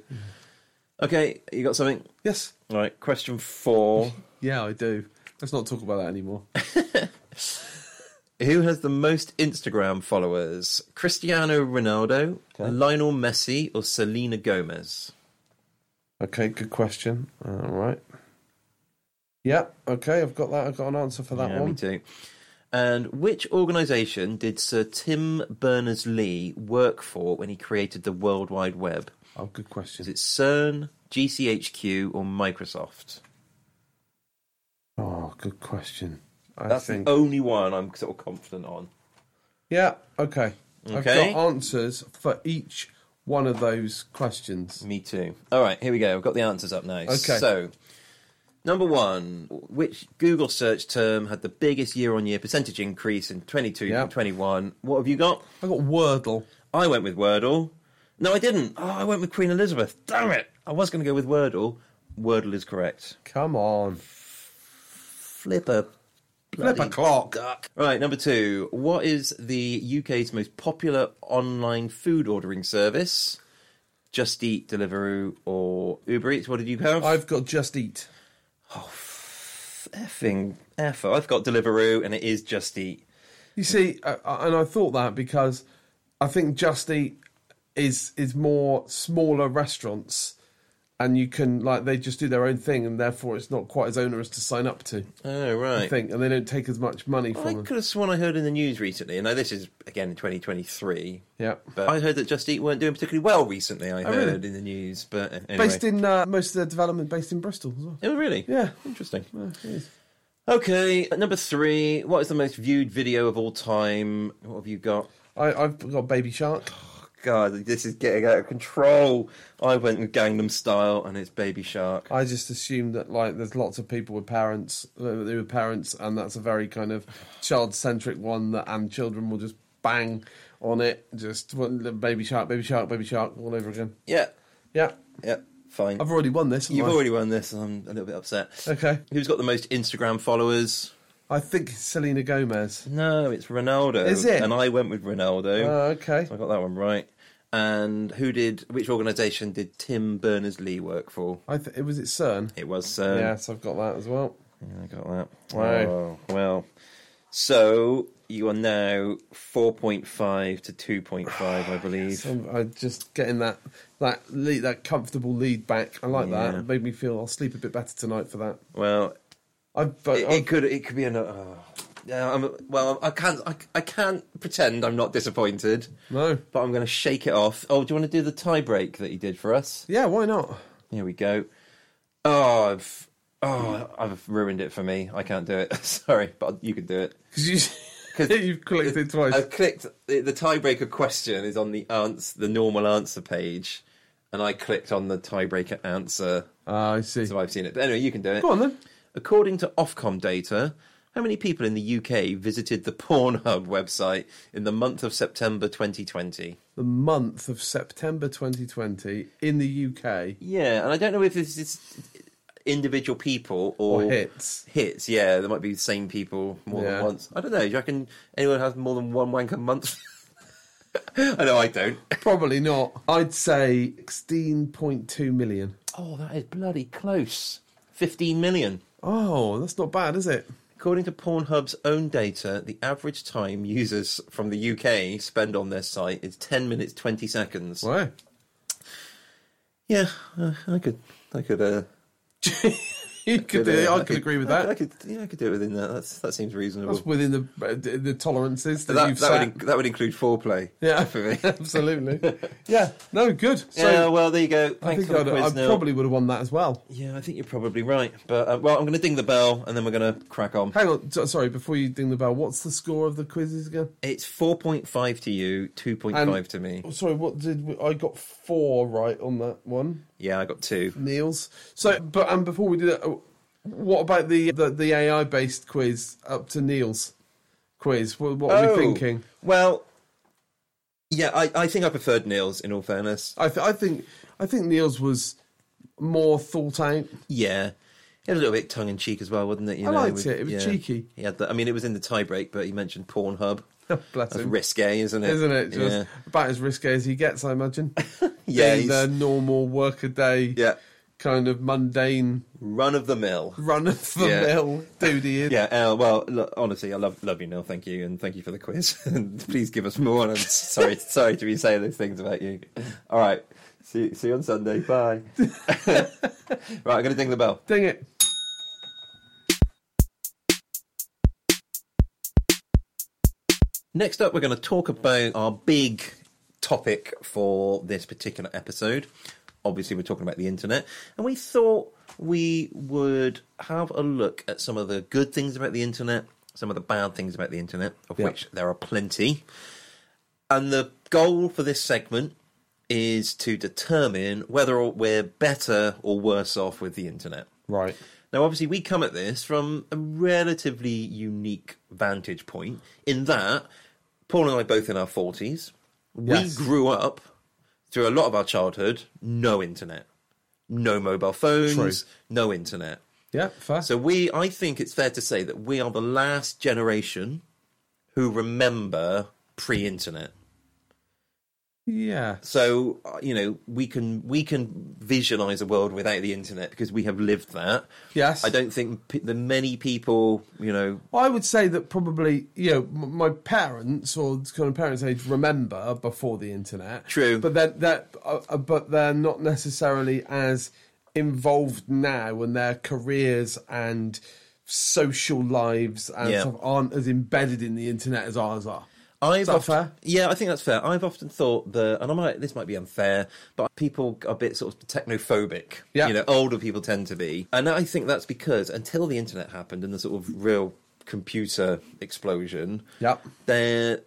Okay, you got something? Yes. All right, question four. Yeah, I do. Let's not talk about that anymore. Who has the most Instagram followers? Cristiano Ronaldo, Lionel Messi, or Selena Gomez? okay, good question. All right. Yeah. Okay, I've got that. I've got an answer for that yeah, me one. too. And which organisation did Sir Tim Berners Lee work for when he created the World Wide Web? Oh, good Is question. it CERN, GCHQ, or Microsoft? Oh, good question. I That's think. the only one I'm sort of confident on. Yeah. Okay. I've Okay. got answers for each one of those questions. Me too. All right, here we go. I've got the answers up now. Okay. So, number one, which Google search term had the biggest year on year percentage increase in 22 Yeah. to 21? What have you got? I got Wordle. I went with Wordle. No, I didn't. Oh, I went with Queen Elizabeth. Damn it. I was going to go with Wordle. Wordle is correct. Come on. Flip a. Flip a bloody clock. duck. Right, number two. What is the UK's most popular online food ordering service? Just Eat, Deliveroo, or Uber Eats? What did you have? I've got Just Eat. effing effort. I've got Deliveroo, and it is Just Eat. You see, uh, and I thought that because I think Just Eat is is more smaller restaurants, and you can like they just do their own thing, and therefore it's not quite as onerous to sign up to. Oh I right. think, and they don't take as much money from I them. could have sworn I heard in the news recently. and Now this is again in 2023. Yeah. But Oh, I heard that Just Eat weren't doing particularly well recently. I really? heard in the news, but anyway. Based in uh, most of their development, based in Bristol as well. Oh really? Yeah. Interesting. Yeah, it is. Okay, at number three. What is the most viewed video of all time? What have you got? I, I've got Baby Shark. Oh, God, this is getting out of control. I went with Gangnam Style, and it's Baby Shark. I just assume that like there's lots of people with parents uh, who are parents, and that's a very kind of child centric one that and children will just bang on it, just well, baby shark, baby shark, baby shark all over again. Yeah, Yeah, yeah, fine. I've already won this. haven't You've I? already won this. I'm a little bit upset. okay. Who's got the most Instagram followers? I think it's Selena Gomez. No, it's Ronaldo. Is it? And I went with Oh, Ronaldo. okay. So I got that one right. And who did? Which organisation did Tim Berners Lee work for? I th- it was it CERN. It was. Um, yes, I've got that as well. yeah, I got that. Wow. Oh, well, so you are now four point five to two point five, I believe. So I'm, i just getting that that lead, that comfortable lead back. I like that. Yeah. It made me feel I'll sleep a bit better tonight for that. Well, I but it, I've- it could. It could be another. Oh. Yeah, I'm, well, I can't. I, I can't pretend I'm not disappointed. no. but I'm going to shake it off. Oh, do you want to do the tie break that he did for us? Yeah, why not? Here we go. Oh, I've oh, I've ruined it for me. I can't do it. Sorry, but you can do it. Because you, 'Cause- you've clicked it twice. I've clicked the, the tiebreaker question is on the answer, the normal answer page, and I clicked on the tiebreaker answer, Ah, I see. so I've seen it. But anyway, you can do it. Go on then. According to Ofcom data, how many people in the UK visited the Pornhub website in the month of September 2020? The month of September 2020 in the UK. Yeah, and I don't know if this is individual people or, Or hits. Hits, yeah. There might be the same people more Yeah. than once. I don't know. Do you reckon anyone has more than one wank a month? I know I don't. Probably not. I'd say 16.2 million. Oh, that is bloody close. Fifteen million. Oh, that's not bad, is it? According to Pornhub's own data, the average time users from the UK spend on their site is 10 minutes 20 seconds. Wow. Yeah, uh, I could, I could, uh, You could do it. uh, I could agree with I- I that. could, yeah, I could do it within that. That's, that seems reasonable. That's within the uh, the the tolerances that, that, you've that, would, set. in- that would include foreplay. yeah, for me. absolutely. Yeah, no, good. So yeah, well, there you go. I Thanks think for the I'd, I quiz, Neil. probably would have won that as well. Yeah, I think you're probably right. But uh, well, I'm going to ding the bell and then we're going to crack on. Hang on, so- sorry. Before you ding the bell, what's the score of the quizzes again? It's 4.5 to you, 2.5 And- to me. Oh, sorry, what did we, I got four right on that one, Yeah, I got two. Niels? So, but and before we do that, oh, what about the the, the AI based quiz up to Niels quiz? What, what are Oh, we thinking? Well, yeah, I, I think I preferred Neil's. In all fairness, I th- I think I think Niels was more thought out. yeah, it was a little bit tongue in cheek as well, wasn't it? You I know, liked with- it. It was yeah. cheeky. He had the, I mean, it was in the tiebreak, but he mentioned Pornhub. Bless That's him. risque, isn't it? Isn't it? Just yeah, about as risky as he gets, I imagine. yeah, Being he's- the normal workaday, yeah, kind of mundane run of the mill. run of the mill dude he is. Yeah, uh, well, look, honestly, I love love you, Neil. Thank you, and thank you for the quiz. and please give us more. And I'm sorry, sorry to be saying those things about you. All right, see see you on Sunday. Bye. right, I'm gonna ding the bell. Ding it. Next up, we're going to talk about our big topic for this particular episode. Obviously, we're talking about the internet, and we thought we would have a look at some of the good things about the internet, some of the bad things about the internet, of Yeah. which there are plenty. And the goal for this segment is to determine whether we're better or worse off with the internet. Right. Now, obviously, we come at this from a relatively unique vantage point in that Paul and I both in our 40s. Yes. We grew up through a lot of our childhood, no internet, no mobile phones, True. no internet. Yeah, fair. So, we, I think it's fair to say that we are the last generation who remember pre internet. yeah. So uh, you know we can we can visualize a world without the internet because we have lived that. Yes. I don't think p- the many people you know. I would say that probably, you know, m- my parents or kind of parents' age remember before the internet. True. But they're, they're, uh, uh, but they're not necessarily as involved now and their careers and social lives and Yeah. stuff aren't as embedded in the internet as ours are. I've that oft- fair? Yeah, I think that's fair. I've often thought that, and I might this might be unfair, but people are a bit sort of technophobic. Yeah. you know, older people tend to be, and I think that's because until the internet happened and the sort of real computer explosion, Yep. the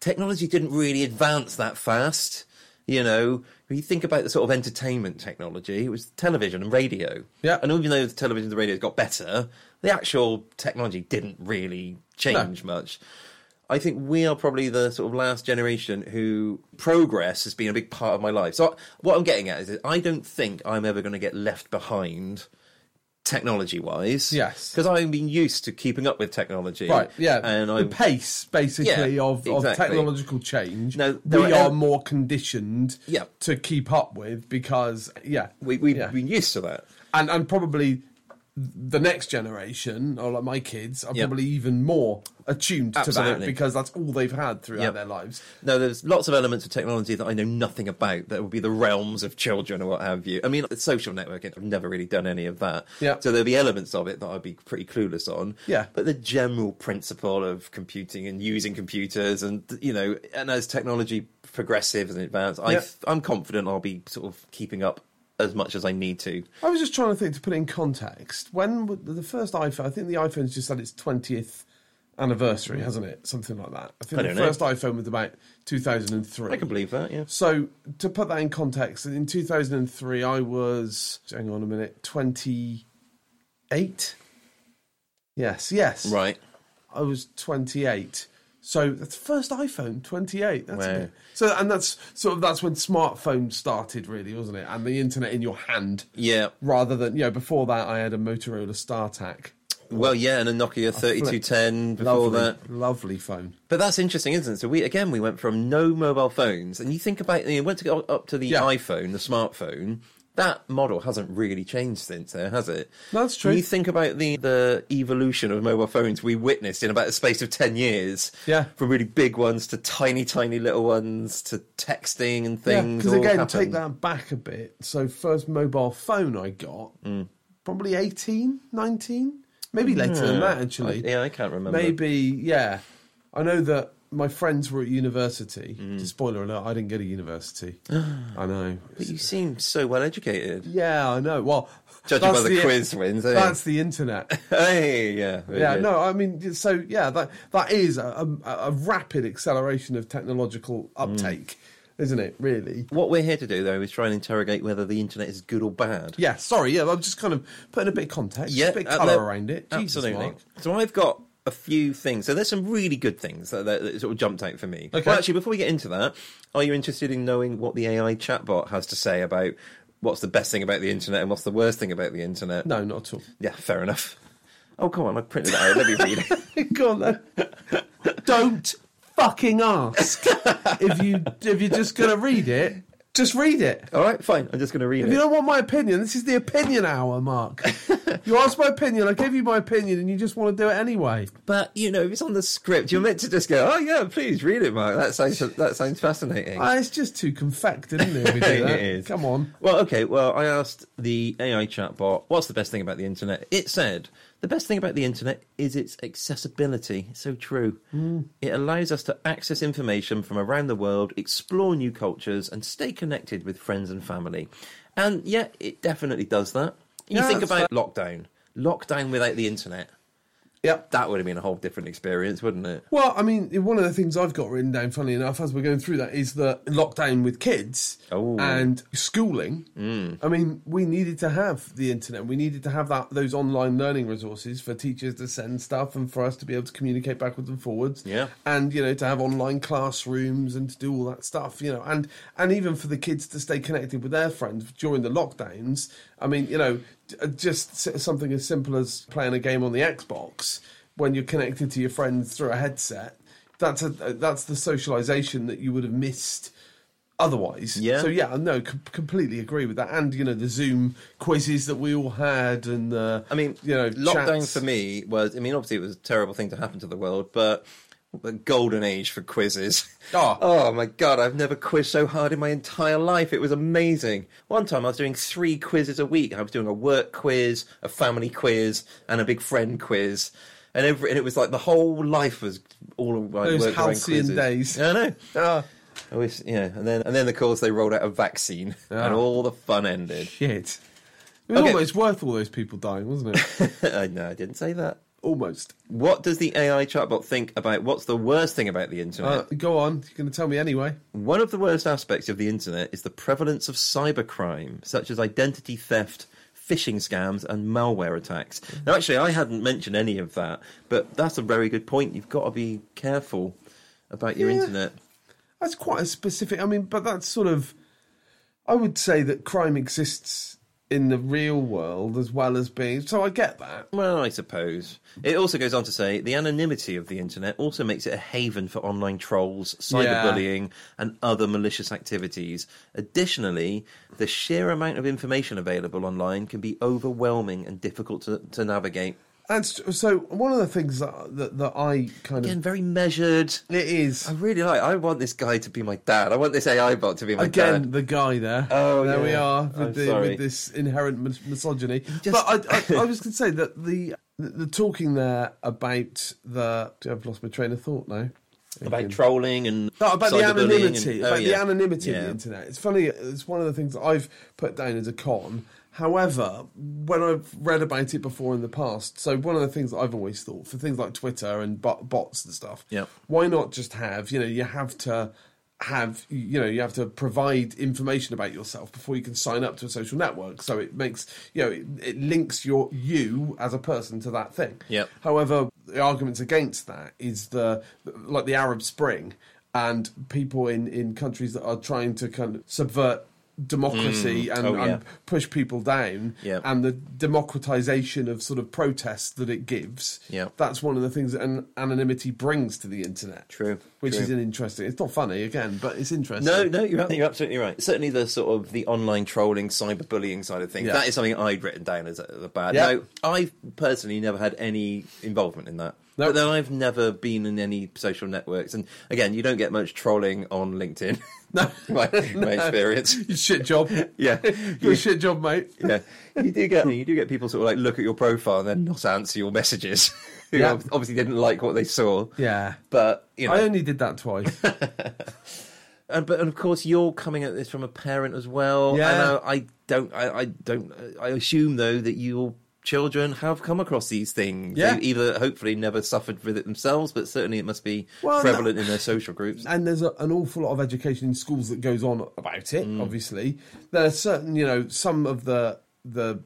technology didn't really advance that fast. You know, when you think about the sort of entertainment technology, it was television and radio. Yeah. And even though the television and the radio got better, the actual technology didn't really change much. I think we are probably the sort of last generation who progress has been a big part of my life. So what I'm getting at is that I don't think I'm ever going to get left behind technology wise. Yes. Because I've been used to keeping up with technology. Right, yeah. And the I pace, basically, Yeah, of, of exactly. technological change. No, there we are are el- more conditioned Yeah. to keep up with because, yeah. we, we've yeah. been used to that. and and probably the next generation or like my kids are Yeah. probably even more attuned to that Absolutely. because that's all they've had throughout Yeah. their lives No, there's lots of elements of technology that I know nothing about that would be the realms of children or what have you. I mean, it's social networking, I've never really done any of that. Yeah. So there'll be elements of it that I'd be pretty clueless on. Yeah. But the general principle of computing and using computers and, you know, and as technology progresses and advances, I Yeah. I'm confident I'll be sort of keeping up as much as I need to. i was just trying to think to put it in context when w- the first iphone i think the iphone's just had its 20th anniversary hasn't it something like that i think I the don't know. first iphone was about 2003 I can believe that, yeah. so to put that in context in 2003 i was hang on a minute 28 yes yes Right. I was 28. So that's the first iPhone, 28. That's Wow. it. So and that's sort of that's when smartphones started, really, wasn't it? And the internet in your hand, Yeah. rather than you know before that I had a Motorola StarTAC. Well, yeah, and a Nokia 3210 before lovely, that. lovely phone. But that's interesting, isn't it? So we again we went from no mobile phones, and you think about you know, went to go up to the Yeah. iPhone, the smartphone. that model hasn't really changed since then, has it? That's true. When you think about the, the evolution of mobile phones we witnessed in about the space of 10 years. Yeah. From really big ones to tiny, tiny little ones to texting and Yeah, things. because all again, happened. take that back a bit. So first mobile phone I got, Mm. probably 18, 19? maybe later than that actually. I- yeah, I can't remember. Maybe, yeah. I know that my friends were at university. Spoiler alert, I didn't go to university. I know. But Mm. you seem so well educated. Yeah, I know. Well, Judging by that's the, quiz wins, eh? That's the internet. hey, yeah. very Yeah, good. no, I mean, so yeah, that that is a, a, a rapid acceleration of technological Mm. uptake, isn't it? Really? What we're here to do, though, is try and interrogate whether the internet is good or bad. Yeah. Sorry. Yeah, I'm just kind of putting a bit of context, a bit of uh, colour no, around it. Jesus, Absolutely. Mark. So I've got a few things. So there's some really good things that, that, that sort of jumped out for me. Okay. Well, actually, before we get into that, are you interested in knowing what the AI chatbot has to say about what's the best thing about the internet and what's the worst thing about the internet? No, not at all. Yeah, fair enough. Oh, come on, I printed it out. Let me read it. Go on then. Don't fucking ask if you if you're just gonna read it. Just read it. All right, fine. I'm just going to If read you it. don't want my opinion, this is the opinion hour, Mark. You asked my opinion, I gave you my opinion, and you just want to do it anyway. But you know, if it's on the script, you're meant to just go, "Oh yeah, please read it, Mark." That sounds that sounds fascinating. Ah, it's just too confected, isn't it? if we do that? It is. Come on. Well, okay. Well, I asked the AI chatbot, "What's the best thing about the internet?" It said, "The best thing about the internet is its accessibility." So true. Hmm. It allows us to access information from around the world, explore new cultures, and stay connected with friends and family. And yeah, it definitely does that. You Yeah, think that's about lockdown. Lockdown without the internet. Yep. That would have been a whole different experience, wouldn't it? Well, I mean, one of the things I've got written down, funnily enough, as we're going through that, is that lockdown with kids Oh. Mm. and schooling. I mean, we needed to have the internet. We needed to have that those online learning resources for teachers to send stuff and for us to be able to communicate backwards and forwards. Yeah. and you know to have online classrooms and to do all that stuff. You know, and and even for the kids to stay connected with their friends during the lockdowns. I mean, you know, j- uh, just s- something as simple as playing a game on the Xbox when you're connected to your friends through a headset. That's a uh, that's the socialization that you would have missed otherwise. Yeah. So yeah, no, com- completely agree with that. And you know the Zoom quizzes that we all had, and uh, I mean, you know, lockdown chats. for me was. I mean, obviously, it was a terrible thing to happen to the world, but the golden age for quizzes. Oh. my god, I've never quizzed so hard in my entire life. It was amazing. One time, I was doing three quizzes a week. I was doing a work quiz, a family quiz, and a big friend quiz. And, every, and it was like the whole life was all around Those work around halcyon quizzes. days. I know. Ah, I wish, yeah. And then, and then, of course, they rolled out a vaccine, Ah. and all the fun ended. shit. It was Okay. almost worth all those people dying, wasn't it? I know. I didn't say that. almost. What does the AI chatbot think about what's the worst thing about the internet? Uh, go on. You're going to tell me anyway. One of the worst aspects of the internet is the prevalence of cybercrime, such as identity theft, phishing scams, and malware attacks. Mm. Now, actually, I hadn't mentioned any of that, but that's a very good point. You've got to be careful about your Yeah. internet. That's quite a specific. I mean, but that's sort of. I would say that crime exists in the real world as well as being. So I get that. Well, I suppose. It also goes on to say the anonymity of the internet also makes it a haven for online trolls, Yeah. cyberbullying, and other malicious activities. Additionally, the sheer amount of information available online can be overwhelming and difficult to, to navigate. That's so. One of the things that that, that I kind Again, very measured. of it is I really like. I want this guy to be my dad. I want this AI bot to be my again dad. the guy there. Oh, there we yeah. are I'm with, the, sorry. with this inherent mis- misogyny. just- But I, I, I was going to say that the, the the talking there about the. I've lost my train of thought now. About trolling and No, about the cyberbullying anonymity. and- oh, about the yeah. anonymity of Yeah. the internet. It's funny. It's one of the things that I've put down as a con. However, when I've read about it before in the past, so one of the things that I've always thought for things like Twitter and bot- bots and stuff, Yep. why not just have you know you have to have you know you have to provide information about yourself before you can sign up to a social network so it makes you know it, it links your you as a person to that thing Yep. However, the arguments against that is the like the Arab Spring and people in, in countries that are trying to kind of subvert democracy and, Oh, yeah. and push people down Yeah. and the democratization of sort of protest that it gives. Yeah. That's one of the things that an anonymity brings to the internet. True. which is an interesting. It's not funny again, but it's interesting. No, no, you're, ab- you're absolutely right. Certainly, the sort of the online trolling, cyberbullying side of things. Yeah. That is something I'd written down as a, as a bad. Yeah. No, I've personally never had any involvement in that. No. But then I've never been in any social networks, and again, you don't get much trolling on LinkedIn. No. my, my experience. You shit job. Yeah, You're a shit job, mate. yeah, you do get you do get people sort of like look at your profile and then not answer your messages. Who Yeah. ob- obviously didn't like what they saw. Yeah. But you know, I only did that twice. and but and of course you're coming at this from a parent as well. Yeah. And I, I don't. I, I don't. I assume though that your children have come across these things. Yeah. They've either hopefully never suffered with it themselves, but certainly it must be Well, no. prevalent in their social groups. and there's a, an awful lot of education in schools that goes on about it. Mm. Obviously, there are certain, you know, some of the the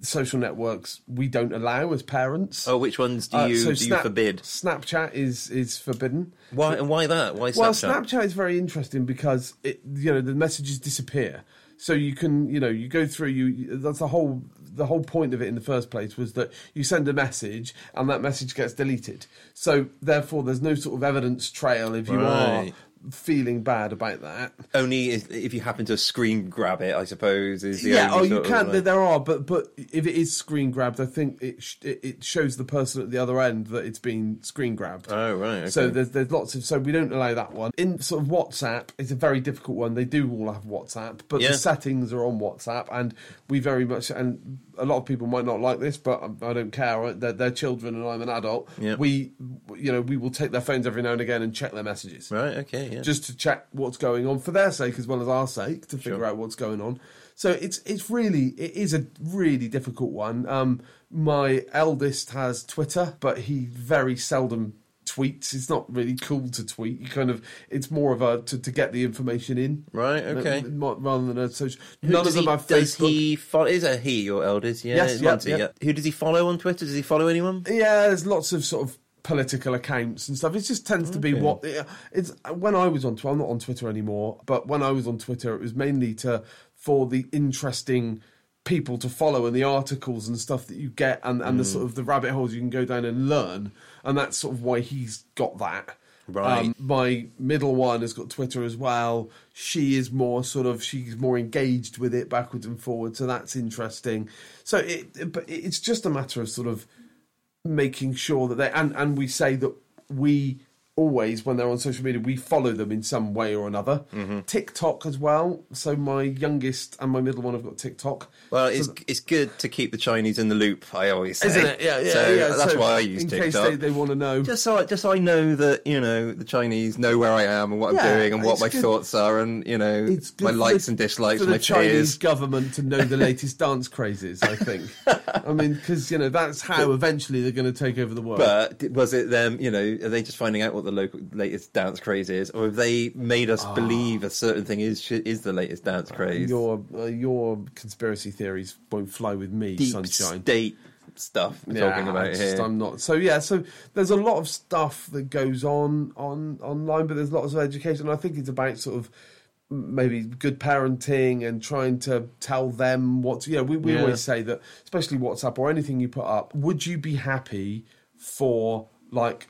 social networks we don't allow as parents. Oh, which ones do Uh, you so do you Snap- forbid? Snapchat is is forbidden. Why and why that? Why Snapchat? Well, Snapchat is very interesting because it, you know, the messages disappear. So you can, you know, you go through. You that's the whole the whole point of it in the first place was that you send a message and that message gets deleted. So therefore, there's no sort of evidence trail if you Right. are feeling bad about that. Only if, if you happen to screen grab it, I suppose. Is the yeah, only oh, you sort of, can. like- there- There are, but but if it is screen grabbed, I think it sh- it it shows the person at the other end that it's been screen grabbed. Oh, right, okay. So there's there's lots of so we don't allow that one in sort of WhatsApp. It's a very difficult one. They do all have WhatsApp, but Yeah. the settings are on WhatsApp, and we very much and a lot of people might not like this, but I- I don't care. They're, they're children, and I'm an adult. Yeah. We, you know, we will take their phones every now and again and check their messages right, okay, yeah. just to check what's going on for their sake as well as our sake to figure out what's going on. So it's it's really it is a really difficult one. Um, my eldest has Twitter, but he very seldom tweets. It's not really cool to tweet. You kind of it's more of a to, to get the information in, Right, okay. Mo- rather than a social. Who None does of them he, have Does Facebook. he follow? Is a he your eldest? Yeah, Yes, it's yeah, Monty, yeah. Who does he follow on Twitter? Does he follow anyone? yeah, there's lots of sort of political accounts and stuff. It just tends to be what it's. When I was on Twitter, I'm not on Twitter anymore, but when I was on Twitter, it was mainly to for the interesting people to follow and the articles and stuff that you get and, and the sort of the rabbit holes you can go down and learn. And that's sort of why he's got that. Um, Right. my middle one has got Twitter as well. She is more sort of she's more engaged with it backwards and forwards, so that's interesting. So it, but it's just a matter of sort of making sure that they and and we say that we always when they're on social media we follow them in some way or another Mm-hmm. tiktok as well so my youngest and my middle one have got tiktok Well, it's it's good to keep the Chinese in the loop. I always say, isn't it yeah yeah, So yeah. That's So why I use in TikTok. case they, they want to know just so I, just so I know that you know the Chinese know where I am and what Yeah, I'm doing and what it's my good- thoughts are and you know It's good my for likes the- and dislikes for and the my Chinese fears. government to know the latest dance crazes. I think. I mean, because you know that's how eventually they're going to take over the world. But d- was it them? You know, are they just finding out what the local latest dance craze is, or have they made us believe a certain thing is sh- is the latest dance craze? your uh, your conspiracy theories won't fly with me, Deep sunshine. state stuff we're Yeah, talking I about just- here. I'm not. So yeah, so there's a lot of stuff that goes on on online, but there's lots of education. I think it's about sort of maybe good parenting and trying to tell them what. To, yeah, we we Yeah. always say that, especially WhatsApp or anything you put up. Would you be happy for like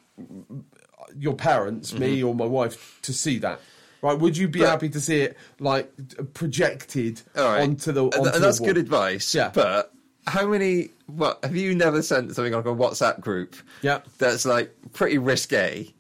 your parents, me or my wife, to see that? Right? Would you be Mm-hmm. But- happy to see it like projected All right. onto the? And Onto th- the and that's wall? good advice. Yeah. But how many? Well, have you never sent something like a WhatsApp group? Yeah. That's like pretty risque.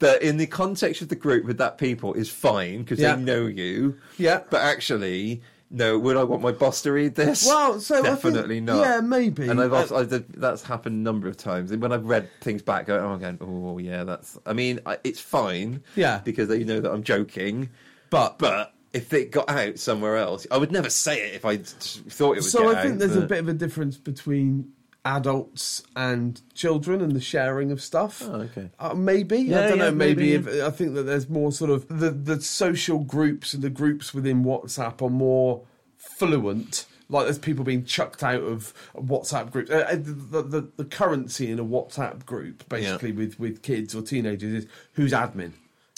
That in the context of the group with that people is fine because Yeah. they know you. Yeah. But actually, no. Would I want my boss to read this? Well, so I think- definitely not. yeah, maybe. And I've Uh, also, I did, that's happened a number of times. And when I've read things back, going, oh, I'm going, oh yeah, that's. I mean, I, it's fine. Yeah. Because they know that I'm joking. But- but if it got out somewhere else, I would never say it if I t- thought it would. So get I think out, there's a but- bit of a difference between adults and children and the sharing of stuff. Oh, okay. Uh, maybe I Yeah, don't yeah, know. Maybe, maybe, if, I think that there's more sort of the the social groups and the groups within WhatsApp are more fluent. Like there's people being chucked out of WhatsApp groups. Uh, uh, the, the the currency in a WhatsApp group, basically with with kids or teenagers, is who's admin.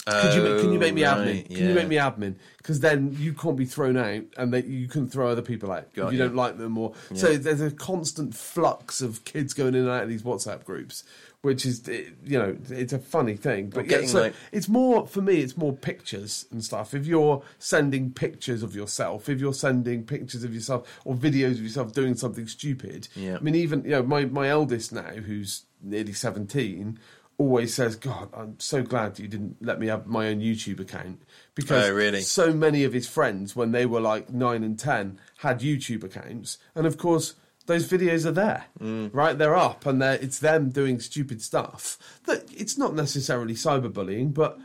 Could you can you make me Oh, admin? right, Can you yeah. make me admin? Because then you can't be thrown out, and that you can throw other people out if Got you you. don't like them. Or so there's a constant flux of kids going in and out of these WhatsApp groups, which is it- you know it's a funny thing. But yeah, getting so like- it's more for me. It's more pictures and stuff. If you're sending pictures of yourself, if you're sending pictures of yourself or videos of yourself doing something stupid, Yeah. I mean, even you know, my my eldest now, who's nearly seventeen, always says, "God, I'm so glad you didn't let me have my own YouTube account because Oh, really? so many of his friends, when they were like nine and ten, had YouTube accounts, and of course." Those videos are there, Mm. right? They're up, and they're, it's them doing stupid stuff. That it's not necessarily cyberbullying, but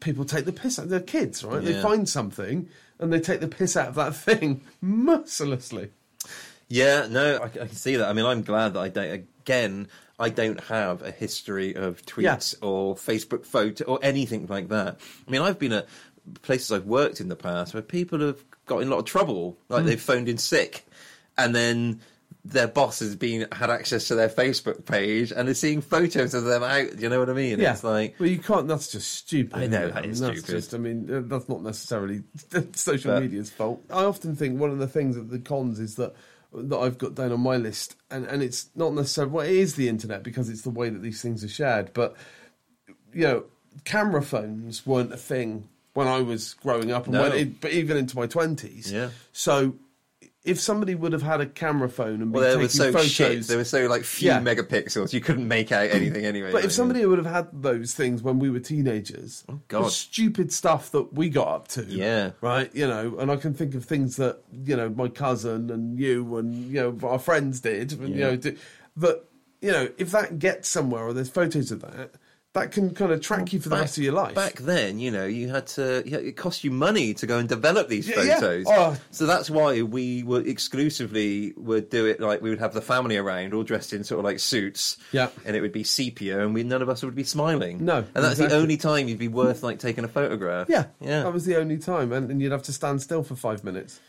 people take the piss out. They're kids, right? They Yeah. find something and they take the piss out of that thing mercilessly. Yeah, no, I, I can see that. I mean, I'm glad that I don't. Again, I don't have a history of tweets or Facebook photo or anything like that. I mean, I've been at places I've worked in the past where people have got in a lot of trouble, Hmm. like they've phoned in sick, and then their boss has been had access to their Facebook page and they're seeing photos of them out. Do you know what I mean? It's like well, you can't. That's just stupid. I isn't know, it? that I mean, is that's stupid. Just, I mean, uh, that's not necessarily social But- media's fault. I often think one of the things that the cons is that that I've got down on my list, and and it's not necessarily well, it is the internet because it's the way that these things are shared, but you know, camera phones weren't a thing when I was growing up, and No. when it, but even into my twenties. Yeah. So, if somebody would have had a camera phone and well, been they taking were so photos, shit. They were so like few Yeah. megapixels. You couldn't make out anything anyway. but like, if somebody would have had those things when we were teenagers, Oh, God. the stupid stuff that we got up to, Yeah. right, you know, and I can think of things that you know my cousin and you and you know our friends did, and, you know, d that you know if that gets somewhere or there's photos of that, that can kind of track you for the rest of your life. Back then, you know, you had to. You had- it cost you money to go and develop these Yeah, yeah. photos. Oh. So that's why we were exclusively would do it like we would have the family around, all dressed in sort of like suits. Yeah. And it would be sepia, and we none of us would be smiling. No, And that's the exactly. only time you'd be worth like taking a photograph. yeah, Um, Yeah. That was the only time, and, and you'd have to stand still for five minutes.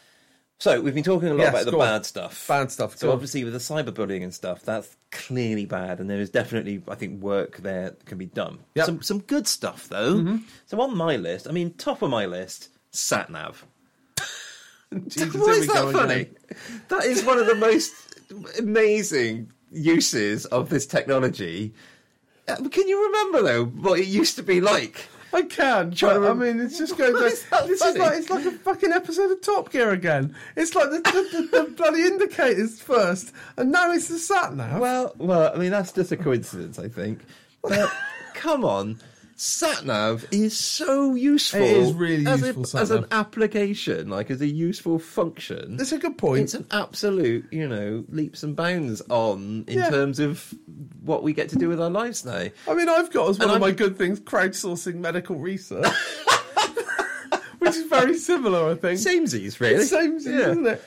So we've been talking a lot Yes, about the go on. bad stuff. Bad stuff, So go on. obviously with the cyberbullying and stuff, that's clearly bad, and there is definitely, I think, work there that can be done. Yep. Some some good stuff though. So on my list, I mean, top of my list, sat nav. Jesus, Why here is we that go funny? again. That is one of the most amazing uses of this technology. Uh, Can you remember though what it used to be like? I can, Try but to I rem- mean, it's just going. Why Back, is that this funny? is like it's like a fucking episode of Top Gear again. It's like the, the, the, the bloody indicators first, and now it's the sat nav. Well, well, I mean that's just a coincidence, I think. But come on, satnav is so useful. It is really as useful, a, as an satnav. application, like as a useful function. That's a good point. It's an absolute, you know, leaps and bounds on in Yeah. terms of what we get to do with our lives now. I mean, I've got as one And of I'm- my good things crowdsourcing medical research, which is very similar, I think. Samesies, really. Same, isn't it?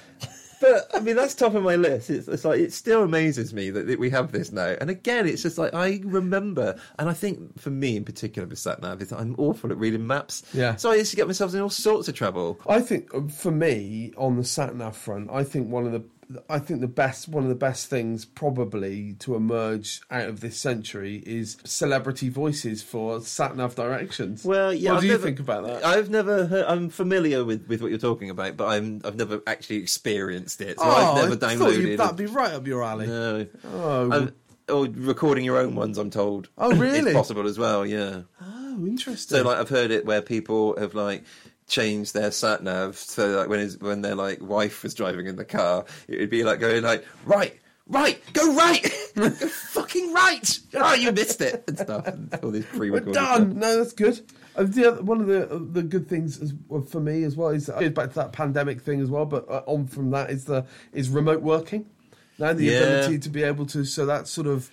but I mean, that's top of my list. It's, it's like it still amazes me that, that we have this now. And again, it's just like I remember, and I think for me in particular with sat nav, is that I'm awful at reading maps. Yeah. So I used to get myself in all sorts of trouble. I think um, for me on the sat nav front, I think one of the I think the best one of the best things probably to emerge out of this century is celebrity voices for sat nav directions. Well, yeah. What I've do you never- think about that? I've never. Heard, I'm familiar with, with what you're talking about, but I'm I've never actually experienced it. So I've never Oh, I thought downloaded. you'd, that'd be right up your alley. no. Oh. I'm- or recording your own ones, I'm told. Oh, really? it's possible as well. Yeah. Oh, interesting. So like I've heard it where people have like changed their sat nav so like when his when their like wife was driving in the car, it would be like going like right, right, go right, go fucking right. Oh, you missed it and stuff. And all this We're pre-recorded. done. No, that's good. Uh, the other, one of the uh, the good things is, well, for me as well is it goes back to that pandemic thing as well. But uh, on from that is the is remote working. Now the Yeah. ability to be able to so that sort of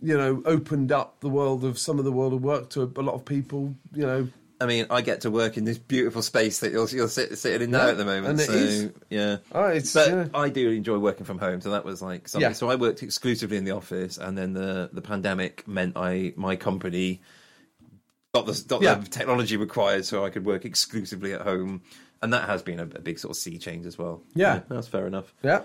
you know opened up the world of some of the world of work to a, a lot of people. You know, I mean, I get to work in this beautiful space that you're you're sit, sitting in now Yeah, at the moment. and it so, is. Yeah. Oh, it's- but yeah. I do enjoy working from home, so that was like something. Yeah. So I worked exclusively in the office, and then the the pandemic meant I my company got the got Yeah. the technology required, so I could work exclusively at home, and that has been a, a big sort of sea change as well. Yeah. that's fair enough. yeah.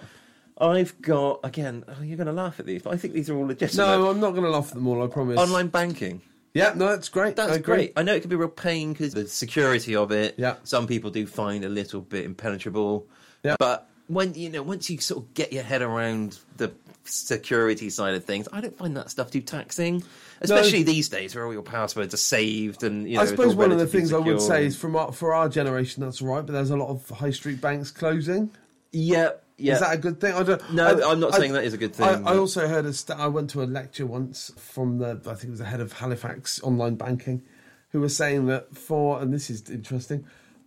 I've got again. Oh, you're going to laugh at these, but I think these are all legitimate. No, I'm not going to laugh at them all. I promise. online banking. Yeah, no, that's great. I That's agree. great. I know it can be a real pain because the security of it. Yeah. Some people do find a little bit impenetrable. Yeah. But when you know, once you sort of get your head around the security side of things, I don't find that stuff too taxing, especially these days where all your passwords are saved and you know. I it's suppose all one of the relatively things I would secure. say is from our, for our generation, that's all right, but there's a lot of high street banks closing. yeah, yeah. Is that a good thing? I don't. No, I, I'm not saying that is a good thing, I, I but- also heard a. St- I went to a lecture once from the. I think it was the head of Halifax online banking, who was saying that for and this is interesting,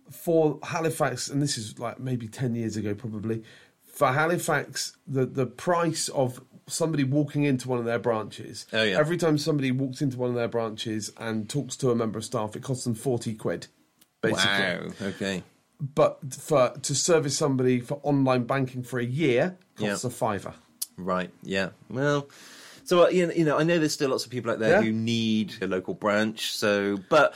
for Halifax and this is like maybe ten years ago probably, for Halifax the the price of somebody walking into one of their branches. Oh, yeah. Every time somebody walks into one of their branches and talks to a member of staff, it costs them forty quid. Basically Wow. Okay. but for to service somebody for online banking for a year costs Yeah. a fiver. Right. Yeah. Well. So uh, you know, you know, I know there's still lots of people out Yeah. there who need a local branch. So, but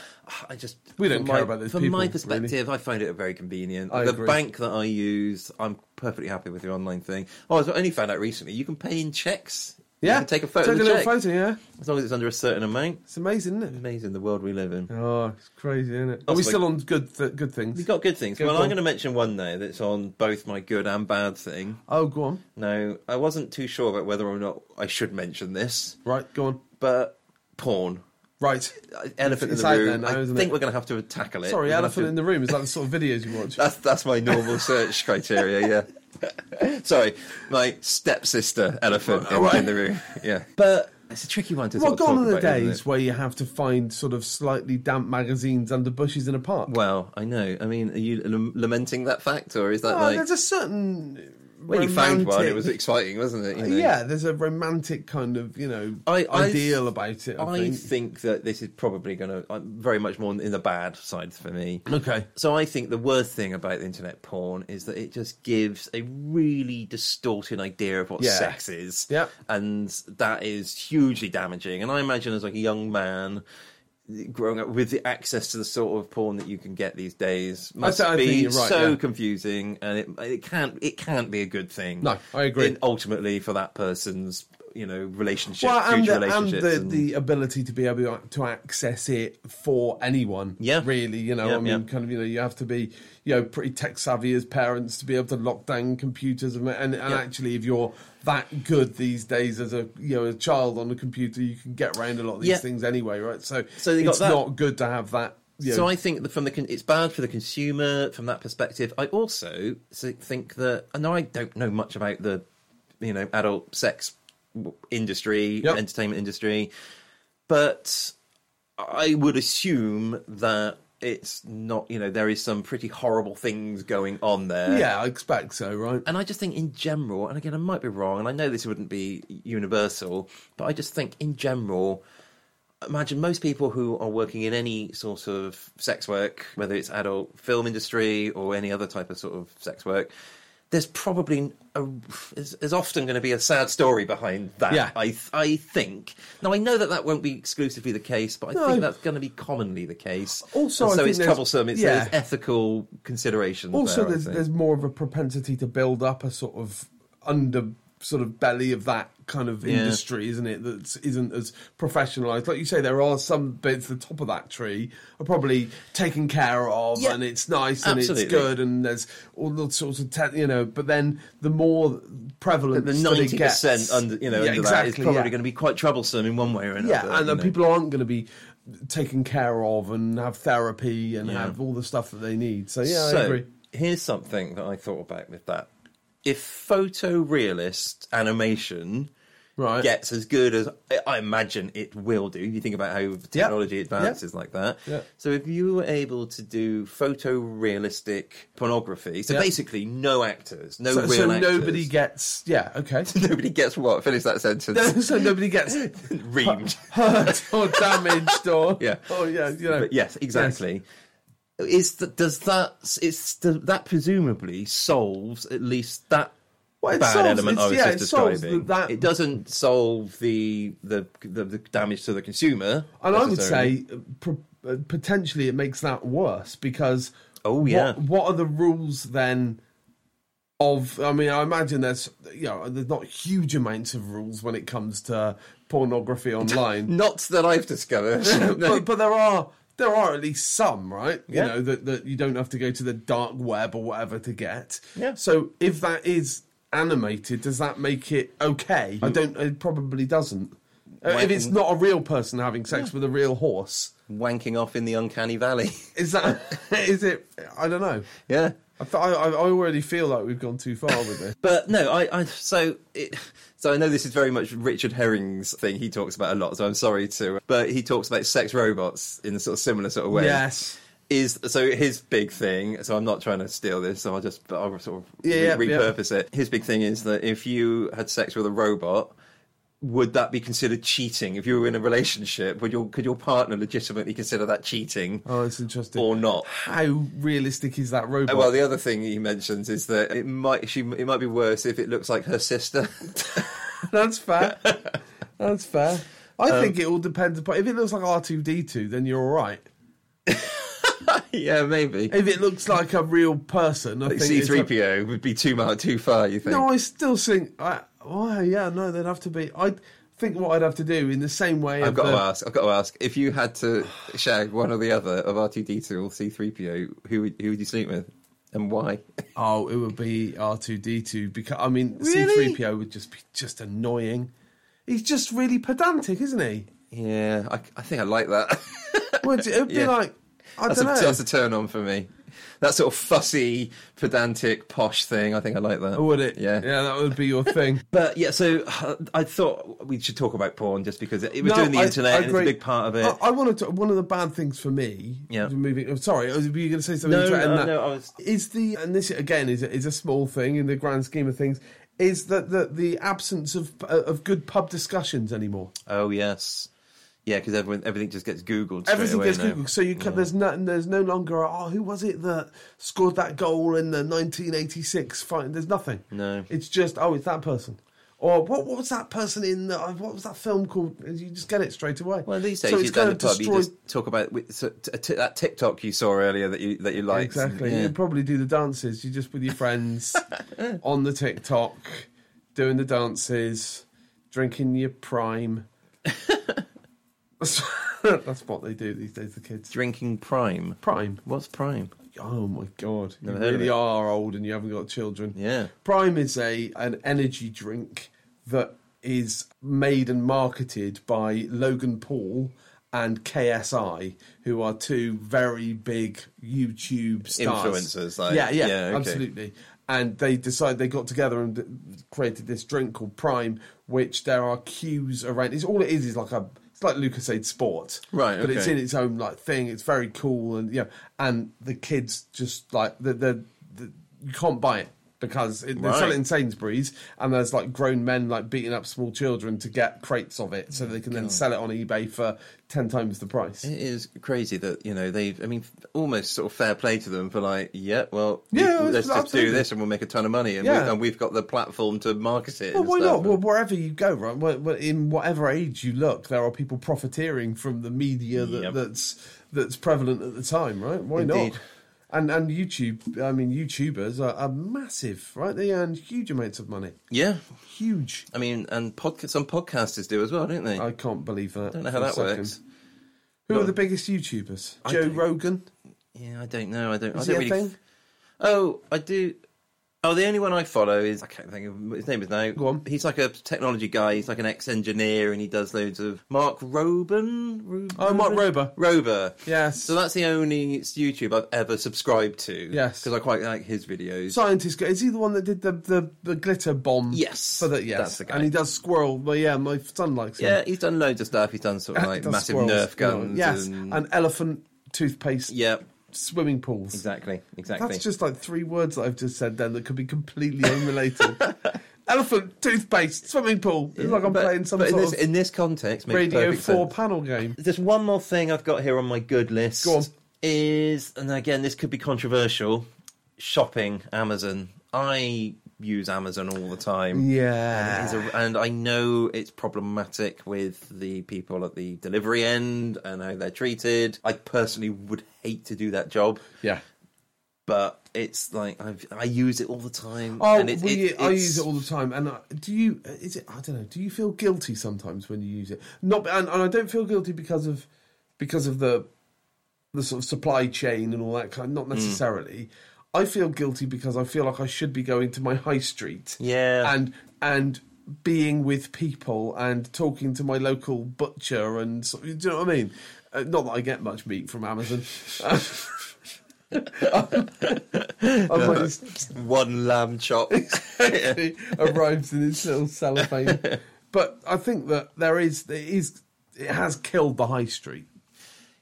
I just We don't from care my, about those From people, my really. perspective, I find it very convenient. I the agree. bank that I use, I'm perfectly happy with the online thing. Oh, I only found out recently you can pay in checks. You Yeah, can take a photo. of Take a the little check, photo. Yeah, as long as it's under a certain amount. it's amazing, isn't Amazing the world we live in. it? Oh, it's crazy, isn't it? Are we That's like- still on good th- good things? We've got good things. Go well, on. I'm going to mention one though that's on both my good and bad thing. Oh, go on. Now, I wasn't too sure about whether or not I should mention this, Right, go on. but porn. Right. Uh, elephant It's in the out room. there now, I isn't think it? we're going to have to tackle it. Sorry, We're gonna have elephant to- in the room. Is that the sort of videos you watch? That's that's my normal search criteria. Yeah. Sorry, my stepsister elephant in, in the room. Yeah, but it's a tricky one to. well, sort of gone talk are the about, isn't it? days where you have to find sort of slightly damp magazines under bushes in a park. Well, I know. I mean, are you lament- lamenting that fact, or is that Oh, like there's a certain when you found one, it romantic- Uh, was exciting, wasn't it? you know? yeah, there's a romantic kind of you know I- I- ideal about it. I, I think. think that this is probably going to very much more in the bad side for me. Okay. So I think the worst thing about internet porn is that it just gives a really distorted idea of what Yeah. sex is. Yeah. And that is hugely damaging. And I imagine as like a young man growing up with the access to the sort of porn that you can get these days must I think be you're right, so yeah. confusing and it it can't it can't be a good thing. No, I agree. And ultimately for that person's you know relationship well, and, future the, and relationships the, and- the ability to be able to access it for anyone. Yeah. really. You know, Yeah, I mean, yeah. kind of. You know, you have to be, you know, pretty tech savvy as parents to be able to lock down computers and and, and Yeah. actually, if you're that good these days as a you know a child on a computer, you can get around a lot of these Yeah. things anyway, right? So, So they got it's that. not good to have that. You know, So I think that from the con- it's bad for the consumer from that perspective. I also s- think that and I don't know much about the you know adult sex w- industry, Yep. entertainment industry, but I would assume that it's not you know there is some pretty horrible things going on there. yeah, I expect so, right? And I just think in general, and again, I might be wrong, and I know this wouldn't be universal, but I just think in general, imagine most people who are working in any sort of sex work, whether it's adult film industry or any other type of sort of sex work, there's probably a, there's, there's often going to be a sad story behind that. Yeah. I th- I think. Now I know that that won't be exclusively the case, but I No. think that's going to be commonly the case. Also, And I so think it's there's- troublesome. It's, yeah. there's ethical considerations. also there, I there's, think. there's more of a propensity to build up a sort of under sort of belly of that kind of Yeah. industry isn't it that isn't as professionalized like you say there are some bits the top of that tree are probably taken care of Yeah. and it's nice and Absolutely. it's good and there's all those sorts of te- you know but then the more prevalent the that it ninety percent gets- under you know Yeah, under that is exactly, probably yeah. going to be quite troublesome in one way or another. Yeah, and you then know. people aren't going to be taken care of and have therapy and Yeah. have all the stuff that they need. So yeah, so I agree. here's something that I thought about with that: if photorealist animation Right. gets as good as I- I imagine it will do, you think about how technology advances like that. Yeah. So if you were able to do photorealistic pornography, so Yeah. basically no actors, no So, real so actors. nobody gets yeah okay. Nobody gets what? Finish that sentence. so nobody gets Reamed. hurt or damaged or Yeah. oh yeah you know But yes, exactly. Is that does that it's the, that presumably solves at least that Well, it bad solves- element I it's- was yeah, just it solves describing? the- that- It doesn't solve the the, the the damage to the consumer. and I would necessarily. say uh, pro- uh, potentially it makes that worse because Oh, yeah. what, what are the rules then of I mean I imagine there's you know there's not huge amounts of rules when it comes to pornography online. Not that I've discovered. but, but there are there are at least some, right? You Yeah. know that that you don't have to go to the dark web or whatever to get. Yeah. So if that is animated, does that make it okay? I don't. It probably doesn't. Uh, Why- if it's not a real person having sex with a real horse, wanking off in the uncanny valley. is that? is it? I don't know. yeah. I, fe- I, I already feel like we've gone too far with this. But no, I, I so it, so I know this is very much Richard Herring's thing. He talks about a lot, so I'm sorry to. But he talks about sex robots in a sort of similar sort of way. Yes. Is so his big thing. So I'm not trying to steal this. So I'll just but I'll sort of Yeah, re- yeah, yeah. repurpose it. His big thing is that if you had sex with a robot, would that be considered cheating? If you were in a relationship, would your could your partner legitimately consider that cheating Oh, that's interesting. or not? How realistic is that robot? Uh, Well, the other thing he mentions is that it might she it might be worse if it looks like her sister. That's fair. That's fair. I Um, think it all depends upon. If it looks like R two D two, then you're all right. yeah, maybe. If it looks like a real person, I think C it's three PO would be too much too far. You a- think? No, I still think. I, oh yeah, no, they'd have to be. I think what I'd have to do in the same way. I've of got the- to ask. I've got to ask. If you had to shag one or the other of R two D two or C three PO, who would who would you sleep with, and why? Oh, it would be R two D two because I mean C Really? three PO would just be just annoying. He's just really pedantic, isn't he? Yeah, I, I think I like that. Would it would be Yeah. like I that's, don't a, know. that's a turn on for me. That sort of fussy, pedantic, posh thing. I think I like that. would it? Yeah. yeah, that would be your thing. But yeah, so uh, I thought we should talk about porn just because it, it was doing the I- internet I and it's a agree. big part of it. I, I want to. One of the bad things for me. Yeah. Moving. I'm sorry. oh, Were you going to say something? No, to it? And no, that- no, I was- Is the and this again is a- is a small thing in the grand scheme of things. Is that the the absence of uh, of good pub discussions anymore? Oh yes, yeah, because everyone everything just gets Googled. straight Everything away gets now. Googled, so you can, there's no there's no longer oh who was it that scored that goal in the 1986 fight? There's nothing. No. it's just oh it's that person. Or what, what was that person in? The, uh, what was that film called? And You just get it straight away. Well, these days so you it's go kind to of the pub, you destroyed just talk about with- so, t- t- that TikTok you saw earlier that you that you liked. Exactly. Yeah. You probably do the dances. You're just with your friends on the TikTok, doing the dances, drinking your prime. that's, that's what they do these days, the kids. Drinking Prime. Prime. What's Prime? Oh my god. Never you heard of really it. are old and you haven't got children. Yeah. Prime is a an energy drink that is made and marketed by Logan Paul and KSI, who are two very big YouTube stars. Influencers, like- yeah, yeah, yeah, okay. absolutely. And they decided they got together and created this drink called Prime, which there are cues around. It's all it is is like a it's like Lucasade Sport, Right, But it's okay. in its own like thing. It's very cool, and yeah, and the kids just like the the, the you can't buy it because it, they sell Right. it in Sainsbury's, and there's like grown men like beating up small children to get crates of it, so they can then sell it on eBay for ten times the price. It is crazy that you know they've. I mean, almost sort of fair play to them for like, yeah, well, Yeah, we- let's just absolutely. do this and we'll make a ton of money, and, Yeah. we, and we've got the platform to market it. Well, and why stuff. not? Well, wherever you go, right? wh- wh- In whatever age you look, there are people profiteering from the media that, Yep. that's that's prevalent at the time, right? Why Indeed. not? And and YouTube, I mean, YouTubers are, are massive, right? They earn huge amounts of money, yeah, huge. I mean, and podca- some podcasters do as well, don't they? I can't believe that. don't know how that works. Who are the biggest YouTubers? I Joe don't- Rogan. Yeah, I don't know. I don't. Is I he a don't really. thing? Oh, I do. Oh, the only one I follow is I can't think of his name is now. Go on. He's like a technology guy. He's like an ex-engineer, and he does loads of Mark Roban. Ru- Oh, Mark Roban? Rober. Yes. So that's the only YouTube I've ever subscribed to. Yes. because I quite like his videos. Scientist guy. Is he the one that did the, the, the glitter bomb? Yes, For the, yes. that's the guy. And he does squirrel. Well, yeah, my son likes him. yeah, he's done loads of stuff. He's done sort of like Does massive squirrels, Nerf you know, guns. yes, and- and elephant toothpaste. yeah, Swimming pools. exactly, exactly. That's just like three words that I've just said then that could be completely unrelated. elephant toothpaste swimming pool. It's like I'm But- playing some but sort in this, of in this context. Makes Radio perfect Four sense. panel game. There's one more thing I've got here on my good list. Go on. Is and again this could be controversial. Shopping, Amazon. I use Amazon all the time. Yeah. And, it is a, and I know it's problematic with the people at the delivery end and how they're treated. I personally would hate to do that job. Yeah. but it's like I've, I use it all the time. Oh, and it, well, it- yeah, I it's- use it all the time. And I, do you? Is it? I don't know. Do you feel guilty sometimes when you use it? Not, and, and I don't feel guilty because of because of the the sort of supply chain and all that kind. Hmm. Not necessarily. I feel guilty because I feel like I should be going to my high street. Yeah. and and being with people and talking to my local butcher and so, do you know what I mean? Uh, not that I get much meat from Amazon. I might- one lamb chop. it arrives in its little cellophane. but I think that there is, there is, it has killed the high street.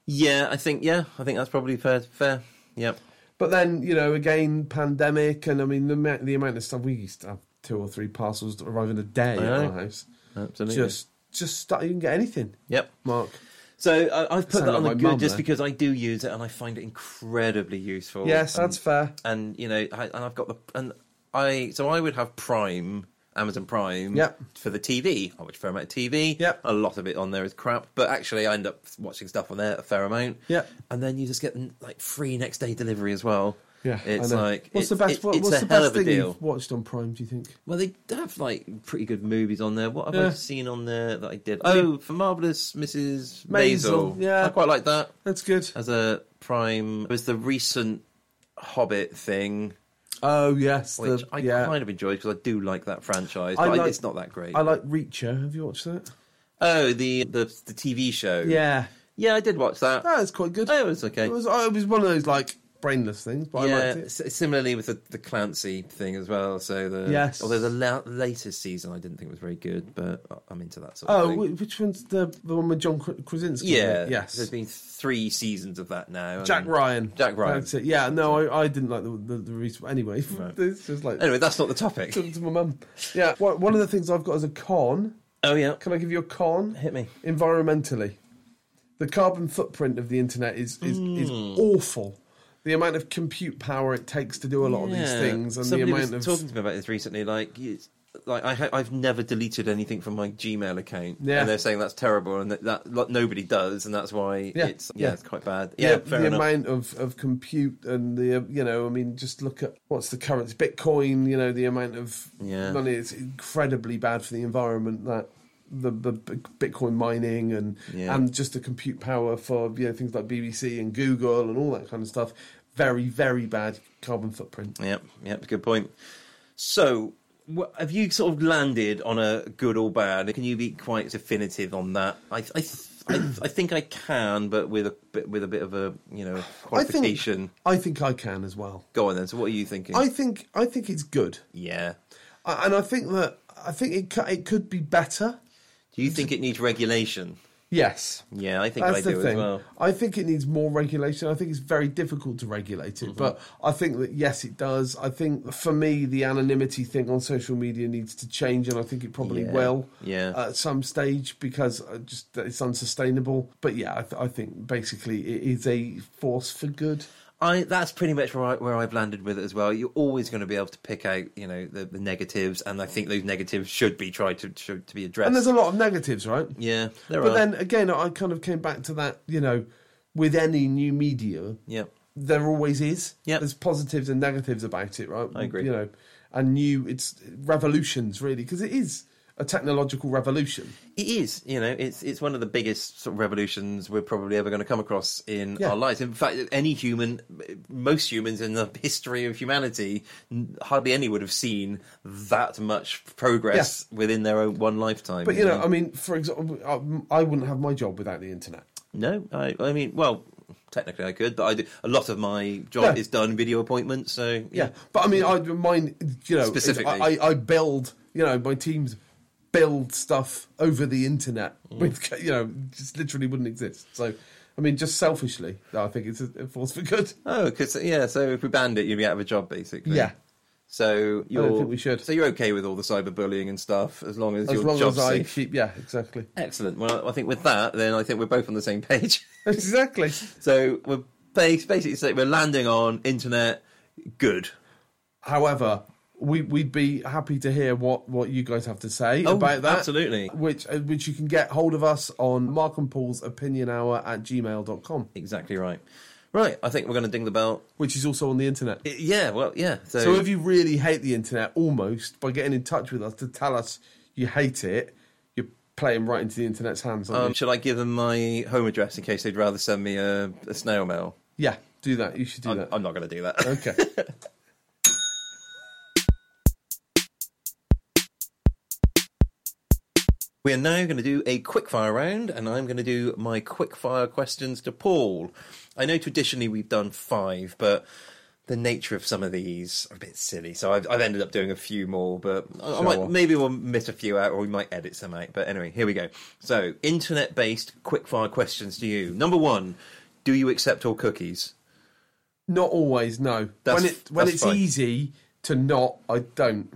yeah, I think yeah, I think that's probably fair. Fair. Yep. But then you know, again, pandemic, and I mean the ma- the amount of stuff we used to have two or three parcels arriving a day at know. our house. Absolutely. Just, just start. You can get anything. Yep. Mark. So I, I've put Sound that like on my the mum good just there. because I do use it and I find it incredibly useful. Yes, that's fair. and you know, I, and I've got the and I so I would have Prime, Amazon Prime, Yep. for the TV. I watch a fair amount of TV. Yep. a lot of it on there is crap, but actually I end up watching stuff on there a fair amount. Yep. and then you just get like free next day delivery as well. Yeah, I it's know. like what's it's, the best? it- what- it's what's a the hell best of a thing deal. you've watched on Prime? Do you think? Well, they have like pretty good movies on there. What have Yeah. I seen on there that I did? Oh, for marvelous Mrs. Maisel, Maisel. yeah. I quite like that That's good. as a prime. It was the recent Hobbit thing, Oh yes, which the- I yeah. kind of enjoyed because I do like that franchise, I but I like- it's not that great. I like Reacher. Have you watched that? oh, the, the the TV show. Yeah, yeah, I did watch that. that is quite good. Oh, it was okay. It was it was one of those like brainless things, but I yeah, liked it. s- similarly with the, the Clancy thing as well. So the Yes. although the la- latest season I didn't think was very good, but I- I'm into that sort of Oh, thing. wh- which one's the the one with John Kr- Krasinski? in Yeah. it? There's yes, been three seasons of that now. and- Jack Ryan. Jack Ryan. That's it. Yeah, no, I, I didn't like the the, the recent. Anyway, it's just like Anyway, that's not the topic. talking to my mum. Yeah, one one of the things I've got as a con. Oh yeah. Can I give you a con? Hit me. environmentally. The carbon footprint of the internet is is, is Hmm. awful. The amount of compute power it takes to do a lot of these Yeah. things, and Somebody the amount was of talking to me about this recently. Like, you- like I ha- I've never deleted anything from my Gmail account. Yeah. and they're saying that's terrible, and that, that like, nobody does, and that's why Yeah. it's yeah, Yeah. it's quite bad. Yeah, the, fair the enough. amount of, of compute and the uh, you know I mean just look at what's the current Bitcoin you know the amount of Yeah. money it's incredibly bad for the environment that the the b- Bitcoin mining and Yeah. and just the compute power for you know things like BBC and Google and all that kind of stuff very very bad carbon footprint Yep, yep, good point. So, wha have you sort of landed on a good or bad? Can you be quite definitive on that? I, I, th- I, I think I can, but with a bit, with a bit of a you know qualification. I think I can as well Go on then. So, what are you thinking? I think I think it's good yeah. I, and I think that I think it cou- it could be better Do you think it needs regulation? yes Yeah, I think I That's do the as thing. well. I think it needs more regulation. I think it's very difficult to regulate Mm-hmm. it, but I think that yes, it does. I think for me, the anonymity thing on social media needs to change, and I think it probably Yeah. will Yeah. at some stage because I just it's unsustainable. But yeah, I, th- I think basically it is a force for good. I that's pretty much where, I, where I've landed with it as well. You're always going to be able to pick out, you know, the, the negatives, and I think those negatives should be tried to should, to be addressed. And there's a lot of negatives, right? yeah, there but are. then again, I kind of came back to that. You know, with any new media, yeah, there always is. Yep. There's positives and negatives about it, right? I agree. You know, and new it's revolutions really because it is a technological revolution. it is. You know, it's it's one of the biggest sort of revolutions we're probably ever going to come across in Yeah. our lives. In fact, any human, most humans in the history of humanity, n- hardly any would have seen that much progress within their own one lifetime. But you know, um, I mean, for example, I, I wouldn't have my job without the internet. No, I, I mean, well, technically I could, but I do, a lot of my job No. is done video appointments, so Yeah, but I mean, I mine. You know, is Specifically. I, I, I build. You know, my teams build stuff over the internet. Mm. With you know, just literally wouldn't exist. So, I mean, just selfishly, I think it's a force for good. Oh, because yeah, so if we banned it, you'd be out of a job basically. Yeah. So you're, think we should. So you're okay with all the cyberbullying and stuff, as long as As your long job's as I safe. keep, yeah, exactly, Excellent. Well, I think with that, then I think we're both on the same page. exactly. so we're bas- basically saying we're landing on internet good. However, we, we'd be happy to hear what, what you guys have to say Oh, about that. absolutely. Which, uh, which you can get hold of us on Mark and Paul's opinion hour at gmail.com. Exactly right. Right, I think we're going to ding the bell. which is also on the internet. I- Yeah, well, yeah. So, So if you really hate the internet almost by getting in touch with us to tell us you hate it, you're playing right into the internet's hands. Aren't um, you? should I give them my home address in case they'd rather send me a, a snail mail? Yeah, do that. You should do I'm, that. I'm not going to do that. okay. We are now going to do a quickfire round, and I'm going to do my quickfire questions to Paul. I know traditionally we've done five, but the nature of some of these are a bit silly, so I've, I've ended up doing a few more. But I, I Sure. might, maybe we'll miss a few out, or we might edit some out. But anyway, here we go. So, internet-based quickfire questions to you. Number one: Do you accept all cookies? Not always. No. That's- when it when that's it's fine. easy to not, I don't.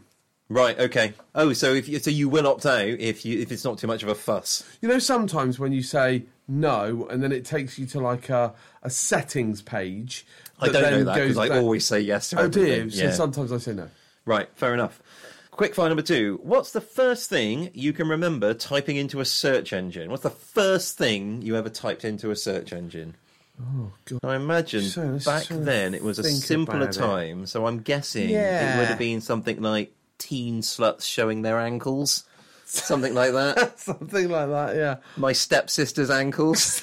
Right. Okay. Oh, so if you, so, you will opt out if you if it's not too much of a fuss. You know, sometimes when you say no, and then it takes you to like a, a settings page. I don't know then that goes because I back- always say yes to Oh everything. dear. So sometimes I say no. Right, fair enough. Quick fire number two. What's the first thing you can remember typing into a search engine? What's the first thing you ever typed into a search engine? Oh god. I imagine So, let's back sort of then it was a think simpler about it. time, so I'm guessing it Yeah. would have been something like teen sluts showing their ankles, something like that. Something like that. Yeah. My stepsister's ankles.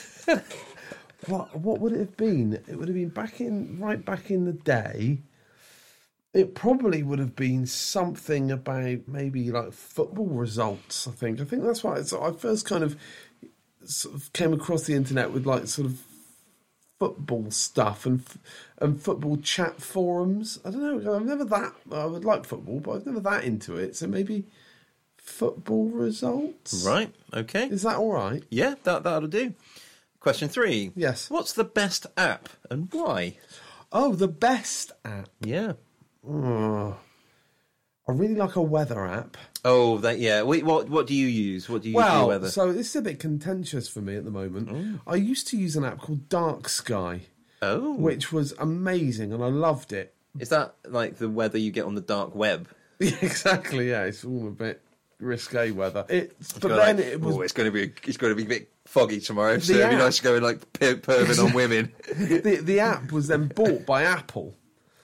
what what would it have been? It would have been back in right back in the day. It probably would have been something about maybe like football results. I think. I think that's why it's, I first kind of sort of came across the internet with like sort of football stuff and f- and football chat forums. I don't know. I've never that. I would like football, but I've never that into it. So maybe football results. right, okay. Is that all right? Yeah, that, that'll do. Question three. Yes. What's the best app and why? Oh, the best app. Yeah. Oh, I really like a weather app. Oh, that yeah. Wait, what what do you use? What do you do Well, weather? so this is a bit contentious for me at the moment. I used to use an app called Dark Sky, oh, which was amazing and I loved it. is that like the weather you get on the dark web? Yeah, exactly, yeah, it's all a bit risque weather. It's, but You're then like, it was "Oh, it's going to be it's going to be a bit foggy tomorrow, so it'd be app. nice to go and like pir- perving on women, the, the app was then bought by Apple.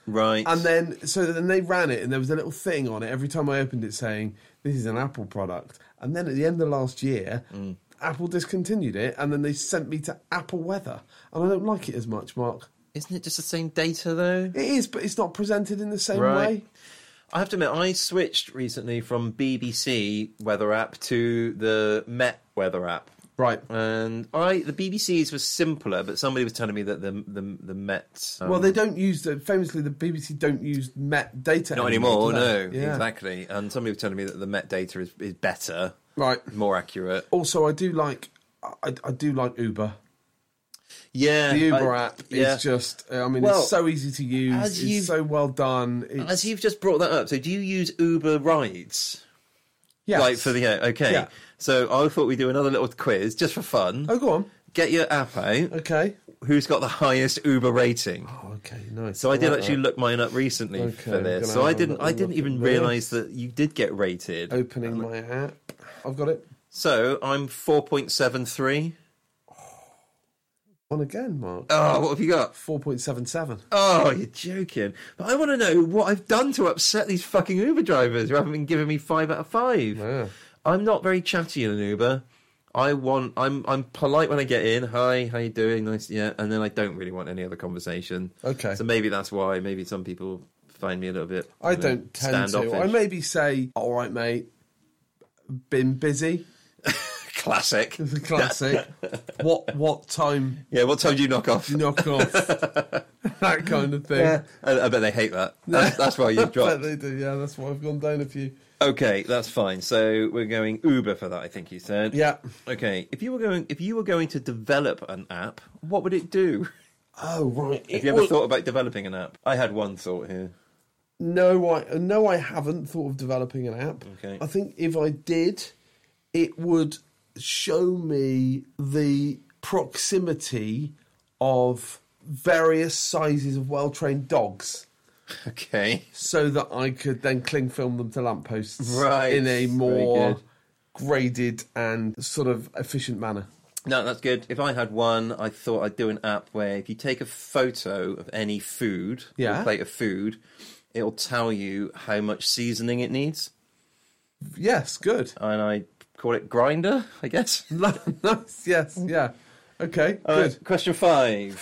right? And then, so then they ran it, and there was a little thing on it every time I opened it saying, This is an Apple product. And then at the end of last year, Mm. Apple discontinued it, and then they sent me to Apple Weather. And I don't like it as much, Mark. Isn't it just the same data though? It is, but it's not presented in the same way. I have to admit, I switched recently from BBC weather app to the Met weather app. Right. And I, the BBC's was simpler, but somebody was telling me that the the, the Met um, Well, they don't use the famously the BBC don't use Met data Not anymore, do no. they? Yeah. Exactly. And somebody was telling me that the metadata is, is better, Right. more accurate. Also, I do like I, I do like Uber. Yeah. The Uber I- app yeah. is just I mean Well, it's so easy to use. as you've- It's so well done. It's, As you've just brought that up, so do you use Uber rides? yes. Like for the yeah, okay. Yeah. So I thought we'd do another little quiz just for fun. oh, go on. Get your app out. Okay. Oh, Who's got the highest Uber rating? Okay, nice. So I did like actually that. look mine up recently for I'm this. gonna So I have a didn't I little didn't look at even this. Oh. realise that you did get rated. opening my app. I've got it So I'm four point seven three. on again, Mark. Oh, what have you got? Four point seven seven. Oh, you're joking. But I want to know what I've done to upset these fucking Uber drivers who haven't been giving me five out of five. Yeah. I'm not very chatty in an Uber. I want I'm I'm polite when I get in. Hi, how you doing? Nice yeah, and then I don't really want any other conversation. Okay. So maybe that's why. Maybe some people find me a little bit I you know, don't tend to. I standoffish. maybe say, "All right, mate, been busy." classic. It's a classic. what what time Yeah, what time do you knock off? do you knock off? that kind of thing. I, I bet they hate that. That's, that's why you've But dropped. they do. Yeah, that's why I've gone down a few. Okay, that's fine. So we're going Uber for that. I think you said. Yeah. Okay, if you were going, if you were going to develop an app, what would it do? Oh right. Have you ever thought about developing an app? I had one thought here. No, I no, I haven't thought of developing an app. Okay. I think if I did, it would show me the proximity of various sizes of well-trained dogs, Okay, so that I could then cling film them to lampposts Right. in a Very more good. graded and sort of efficient manner. No, that's good. If I had one, I thought I'd do an app where if you take a photo of any food, or Yeah. plate of food, it'll tell you how much seasoning it needs. Yes, good. And I call it grinder, I guess. nice. Yes. Yeah. Okay. All good. right, question five.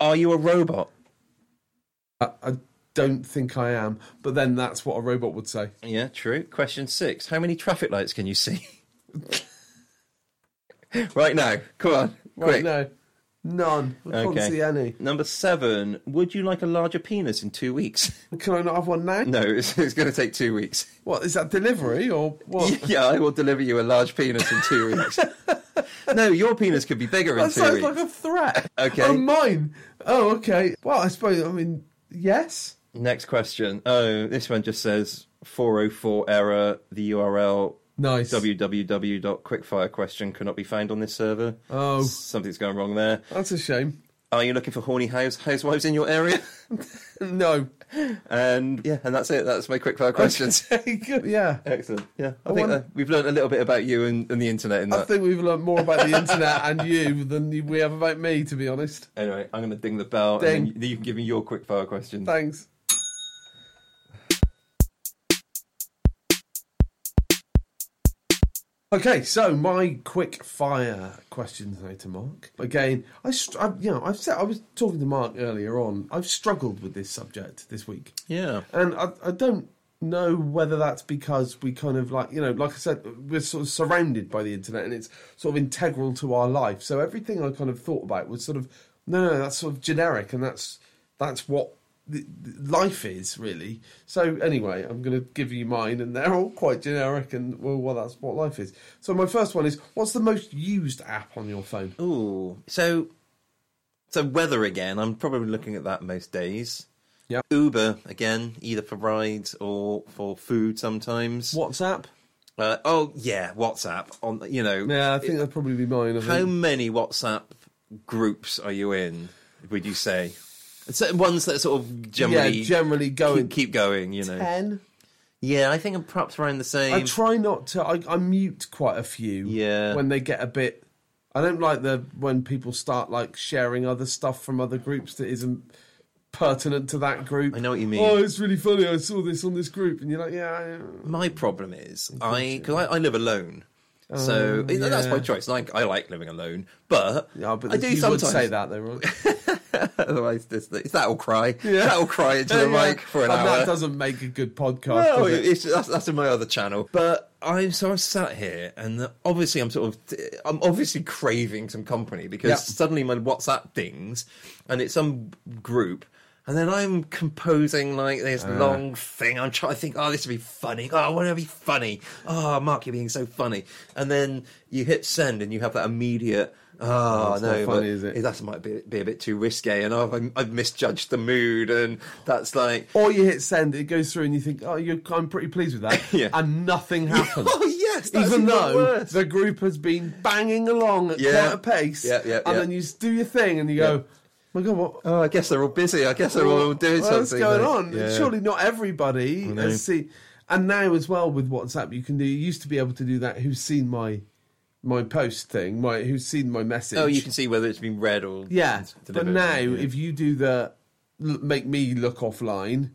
Are you a robot? I, I don't think I am, but then that's what a robot would say. Yeah, true. Question six. How many traffic lights can you see? right now. Come on. Right? Quick. No, none. I Okay. can't see any. Number seven. Would you like a larger penis in two weeks? Can I not have one now? no, it's, it's going to take two weeks. What is that delivery or what? Yeah, I will deliver you a large penis in two weeks. no, your penis could be bigger in That two sounds weeks. like a threat. Okay. Oh, mine. Oh, okay. Well, I suppose. I mean, yes. Next question. Oh, this one just says 404 error. The URL Nice. www.quickfirequestion cannot be found on this server. Oh. Something's going wrong there. That's a shame. Are you looking for horny house housewives in your area? No. and yeah, and that's it. That's my quickfire questions. Good. Yeah. Excellent. Yeah, I, I think wonder- uh, we've learned a little bit about you and, and the internet in I that. think we've learned more about the internet and you than we have about me, to be honest. Anyway, I'm going to ding the bell, and Ding. then you- you can give me your quickfire questions. Thanks. Okay, so my quick fire questions now to Mark. Again, I, str- I you know, I've said I was talking to Mark earlier on. I've struggled with this subject this week, Yeah. and I, I don't know whether that's because we kind of like you know, like I said, we're sort of surrounded by the internet, and it's sort of integral to our life. So everything I kind of thought about was sort of no, no, that's sort of generic, and that's that's what the, the life is really. So anyway, I'm going to give you mine, and they're all quite generic, and well, well, that's what life is. So my first one is, what's the most used app on your phone? Ooh. So, so weather again. I'm probably looking at that most days. Yep. Uber again, either for rides or for food sometimes. WhatsApp. Uh, oh yeah, WhatsApp. On you know, Yeah, I think that'd probably be mine. I think. how many WhatsApp groups are you in? Would you say? Certain ones that sort of generally, yeah, generally going keep, keep going. You know. ten. Yeah, I think I'm perhaps around the I same. try not to. I, I mute quite a few. Yeah. When they get a bit, I don't like the when people start like sharing other stuff from other groups that isn't pertinent to that group. I know what you mean. Oh, it's really funny. I saw this on this group, and you're like, yeah, I, my problem is I because I, I live alone. So you know, that's my yeah. choice. Like I like living alone, Oh, but, yeah but I do you sometimes would say that though, right? Otherwise, this, it's that will cry. That will cry into the Yeah. mic for an and hour. That doesn't make a good podcast. No, does it? it's, that's, that's in my other channel. But I'm so I'm sat here, and the- obviously I'm sort of I'm obviously craving some company because Yeah. suddenly my WhatsApp dings, and it's some group. And then I'm composing like this Ah. long thing. I'm trying to think, oh, this would be funny. Oh, I want to be funny. Oh, Mark, you're being so funny. And then you hit send, and you have that immediate. Oh, it's no, not but funny, is it? That might be, be a bit too risque, and I've, I've misjudged the mood, and that's like, Or you hit send, it goes through, and you think, oh, you're, I'm pretty pleased with that, Yeah. and nothing happens. oh yes, that's even the though worst. the group has been banging along at Yeah. quite a pace, Yeah, yeah, and yeah. then you just do your thing and you go, "My God, what, Oh, I guess they're all busy. I guess they're all doing something. what's going like- on?" Yeah. Surely not everybody know. has seen. And now as well with WhatsApp, you can do. You used to be able to do that. Who's seen my my post thing? My who's seen my message? Oh, you can see whether it's been read or yeah. But delivered. now, Yeah. if you do the l- make me look offline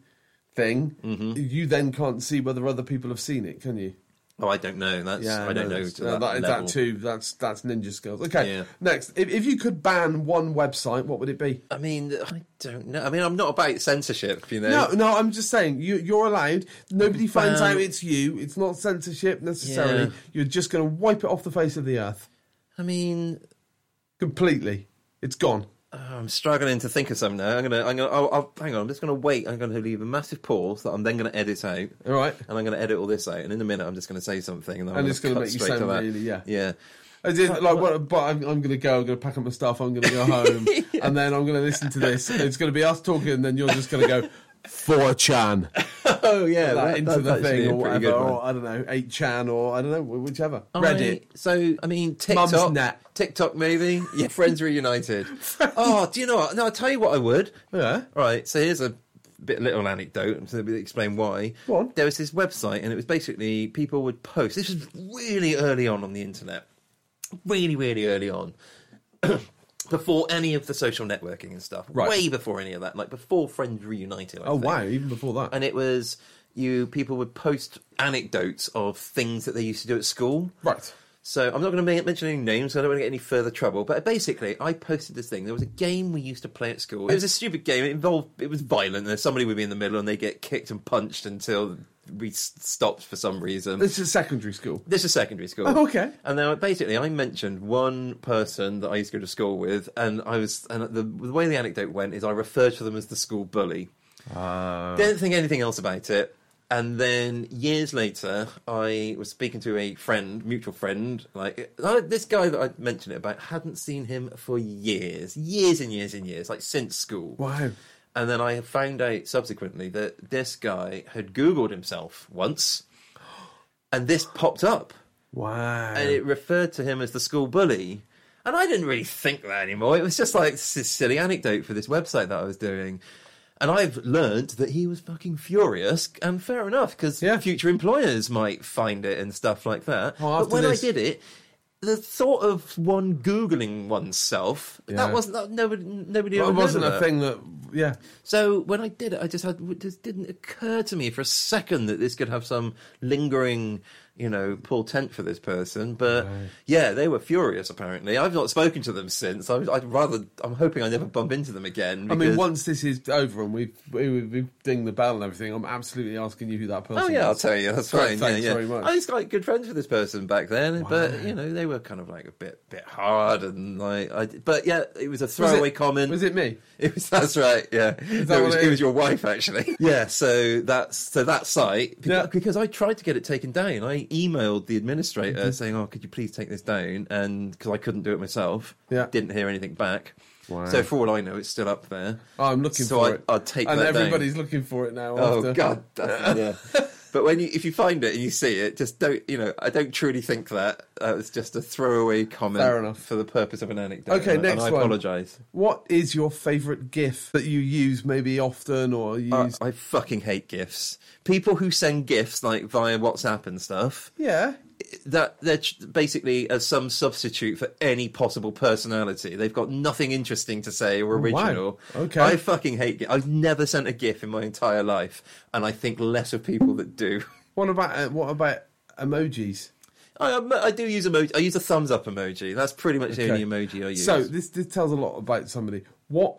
thing, Mm-hmm. you then can't see whether other people have seen it, can you? oh, I don't know. That's I don't know. that's- To no, that, that, level. that too. That's that's ninja skills. Okay, Yeah. next. If, if you could ban one website, what would it be? I mean, I don't know. I mean, I'm not about censorship, you know. No, no. I'm just saying you, you're allowed. Nobody finds Ban- out it's you. It's not censorship necessarily. Yeah. You're just going to wipe it off the face of the earth I mean, completely. It's gone. oh, I'm struggling to think of some now. I'm gonna, I'm gonna. I'll, I'll, hang on. I'm just gonna wait. I'm gonna leave a massive pause that I'm then gonna edit out. All right. And I'm gonna edit all this out. And in a minute, I'm just gonna say something. And, then I'm And it's gonna gonna make cut you straight to sound that. really- yeah. Yeah. I did like what, but I'm, I'm going to go. I'm going to pack up my stuff. I'm going to go home, and then I'm going to listen to this. It's going to be us talking, and then you're just going to go for chan. Oh yeah. that into the that's actually thing a or pretty good whatever, one. or I don't know, eight chan or I don't know, wh- whichever. Oh, Reddit. I- so I mean Mum's TikTok, nat. TikTok maybe. Yeah, friends reunited. Oh, do you know? what? No, I'll tell you what I would. Yeah. Right. So here's a bit little anecdote and to explain why. Go on. There was this website, and it was basically people would post. This was really early on on the internet. really, really early on, before any of the social networking and stuff. Right. Way before any of that, like before Friends Reunited. I Oh think. wow! Even before that, And it was you. People would post anecdotes of things that they used to do at school. right? So I'm not going to mention any names. So I don't want to get any further trouble. But basically, I posted this thing. There was a game we used to play at school. It was a stupid game. It involved. It was violent. There's somebody would be in the middle, and they get kicked and punched until we s- stopped for some reason. This is secondary school. This is secondary school. Oh, okay. And now, basically, I mentioned one person that I used to go to school with, and I was, and the, the way the anecdote went is I referred to them as the school bully. Didn't think anything else about it. And then years later, I was speaking to a friend, mutual friend. Like uh, this guy that I mentioned it about hadn't seen him for years, years and years and years, like since school. Wow. And then I found out subsequently that this guy had Googled himself once, and this popped up Wow. and it referred to him as the school bully. And I didn't really think that anymore. It was just like this is a silly anecdote for this website that I was doing. And I've learnt that he was fucking furious, and fair enough, because Yeah. future employers might find it and stuff like that. Oh, but after when this- I did it, the thought of one googling oneself Yeah. that wasn't that, nobody nobody Well, ever it heard wasn't a of that. thing that. Yeah. So when I did it, I just had it just didn't occur to me for a second that this could have some lingering, you know, portent for this person. But yeah, they were furious. Apparently, I've not spoken to them since. I, I'd rather. I'm hoping I never bump into them again. I Because, mean, once this is over and we've we, we ding the bell and everything, I'm absolutely asking you who that person. Oh yeah, I'll is. tell you. That's Great, fine. thanks yeah, yeah. very much. I was like good friends with this person back then, but you know they were kind of like a bit, bit hard and like. I, but yeah, it was a Was it- throwaway comment. Was it me? It was, that's right. Yeah, that No, it, what was, it it is? was your wife actually. Yeah. So that's so that site because, Yeah. because I tried to get it taken down. I emailed the administrator Mm-hmm. saying, "Oh, could you please take this down?" And because I couldn't do it myself, Yeah. didn't hear anything back. Wow. So for all I know, it's still up there. I'm looking so for I, it. I'll take and that everybody's down. looking for it now. Oh after. God! that's- yeah. But when you, if you find it and you see it, just don't. You know, I don't truly think that that was just a throwaway comment. Fair enough. for the purpose of an anecdote. Okay, and, I- next and I one. apologise. What is your favourite GIF that you use maybe often or use? I- I fucking hate gifts. People who send gifts like via WhatsApp and stuff. yeah. That they're ch- basically as some substitute for any possible personality. They've got nothing interesting to say or original. Oh, Okay. I fucking hate. gi- I've never sent a gif in my entire life, and I think less of people that do. What about uh, what about emojis? I, um, I do use emoji. I use a thumbs up emoji. That's pretty much the only emoji I use. So this this tells a lot about somebody. What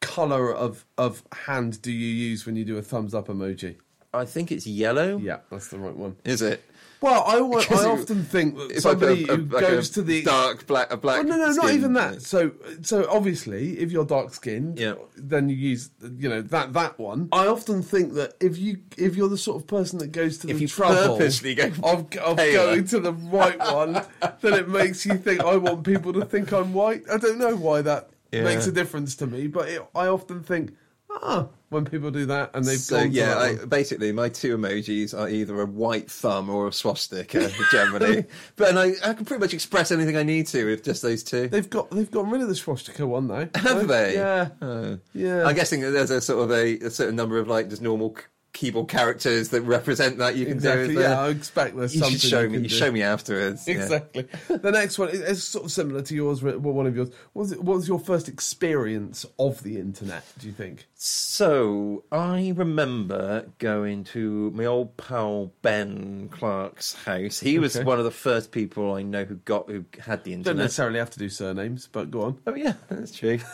colour of of hand do you use when you do a thumbs up emoji? I think it's yellow. Yeah, that's the right one. Is it? Well, I, wa- Because I it- often think that If I put somebody a- a- who like a goes to the dark black, a black. Oh, no, no, not skin even thing. that. So, so obviously, if you're dark skinned, Yeah. then you use you know that that one. I often think that if you if you're the sort of person that goes to the you trouble purposely go of, of paler. going to the right one, then it makes you think I want people to think I'm white. I don't know why that Yeah. makes a difference to me, but it, I often think ah when people do that and they've So gone to yeah, that I, one. basically my two emojis are either a white thumb or a swastika generally, but and I, I can pretty much express anything I need to with just those two. They've got they've gotten rid of the swastika one though, Have they? Yeah, Oh. yeah. I'm guessing that there's a sort of a, a certain number of like just normal k- keyboard characters that represent that you can exactly. do. with Yeah, I the- expect there's you something should show you me. can You do. show me afterwards. yeah. Exactly. the next one is is sort of similar to yours, well, one of yours. What was, it, what was your first experience of the internet, do you think? So I remember going to my old pal Ben Clark's house. He was Okay. one of the first people I know who got who had the Don't internet. necessarily have to do surnames, but go on. Oh yeah, that's true.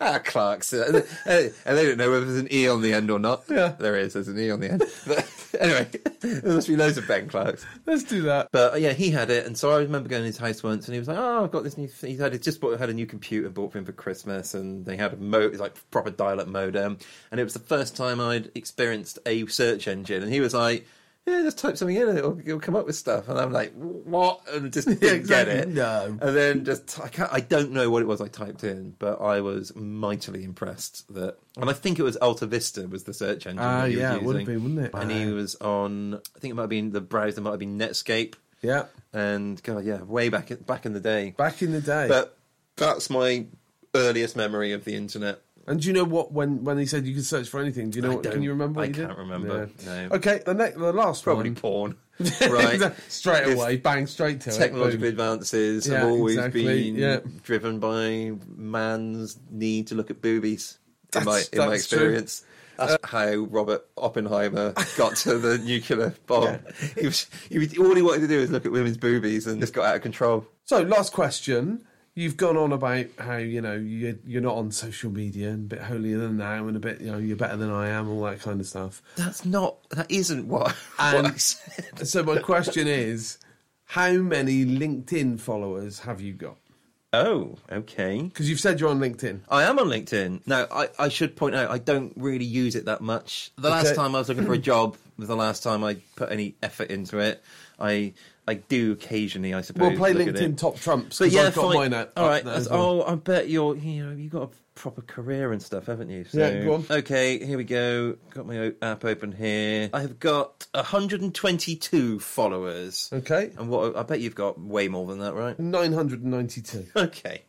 ah, Clark's. Uh, and and they don't know whether there's an e on the end or not. Yeah. there is. There's an e on the end. But anyway, there must be loads of Ben Clark's. Let's do that. But uh, yeah, he had it, and so I remember going to his house once, and he was like, "Oh, I've got this new. Thing. He's had just bought, had a new computer bought for him for Christmas, and they had a mo, it's like proper dial-up modem, and it was the first time I'd experienced a search engine, and he was like." Yeah, just type something in and it'll, it'll come up with stuff. And I'm like, what? And just didn't exactly. get it. No. And then just, I, can't, I don't know what it was I typed in, but I was mightily impressed that, and I think it was Alta Vista was the search engine. Ah, that he was yeah, it would have using. been, wouldn't it? Uh, And he was on, I think it might have been the browser, might have been Netscape Yeah. and God, yeah, way back back in the day. Back in the day. But that's my earliest memory of the internet. And do you know what? When when he said you could search for anything, do you know? I what, can don't- you remember? What I you did? can't remember, no. Okay. The next, the last Probably one. porn. Right. straight If away, bang straight to it. Technological boom. advances Yeah, have always exactly, been yeah. driven by man's need to look at boobies. In my, That's- in my that's true. Uh, experience, that's how Robert Oppenheimer got to the nuclear bomb. He was, he was, all he wanted to do was look at women's boobies and just got out of control. So, last question. You've gone on about how you know you're, you're not on social media and a bit holier than thou and a bit you know you're better than I am, all that kind of stuff. That's not. That isn't what. what I And said. so, my question is, how many LinkedIn followers have you got? Oh, okay. Because you've said you're on LinkedIn. I am on LinkedIn. Now, I, I should point out I don't really use it that much. The Okay. last time I was looking for a job was the last time I put any effort into it. I I do occasionally, I suppose. We'll play look at LinkedIn it. top trumps. But 'cause yeah, I've got fine. mine out. All up right. there as that's- well. Oh, I bet you're you know you got a proper career and stuff, haven't you? So, Yeah, go on. Okay, here we go. Got my o- app open here. I have got 122 followers. Okay. And what I bet you've got way more than that, right? 992. Okay.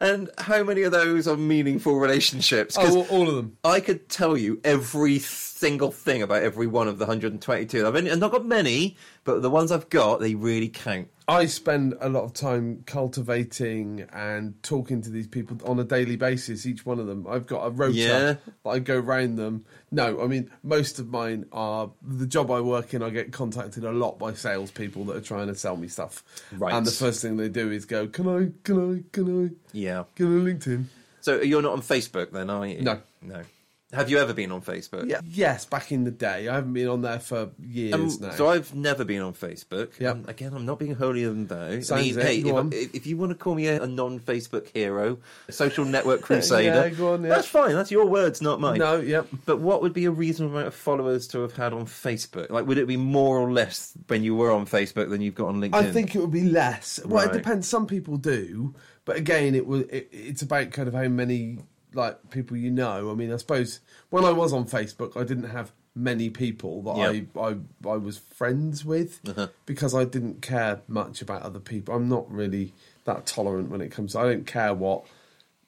And how many of those are meaningful relationships? 'Cause Oh, all- all of them. I could tell you every single thing about every one of the 122. I've, only, I've not got many, but the ones I've got, they really count. I spend a lot of time cultivating and talking to these people on a daily basis. Each one of them, I've got a rota Yeah. that I go round them. No, I mean most of mine are the job I work in. I get contacted a lot by salespeople that are trying to sell me stuff. Right. And the first thing they do is go, "Can I? Can I? Can I? Yeah. Can I LinkedIn?" So you're not on Facebook then, are you? No. No. Have you ever been on Facebook? Yeah. Yes, back in the day, I haven't been on there for years Um, now. so I've never been on Facebook. Yep. Um, Again, I'm not being holier than thou. Sounds it. hey, Go if, on. if- if you want to call me a, a non-Facebook hero, a social network crusader, Yeah, go on, yeah. that's fine. That's your words, not mine. no, yep. But what would be a reasonable amount of followers to have had on Facebook? Like, would it be more or less when you were on Facebook than you've got on LinkedIn? I think it would be less. Well, it Right. depends. Some people do, but again, it was. It, it's about kind of how many like people you know. I mean, I suppose when I was on Facebook, I didn't have many people that Yeah. Uh-huh. I, I I was friends with because I didn't care much about other people. I'm not really that tolerant when it comes. I don't care what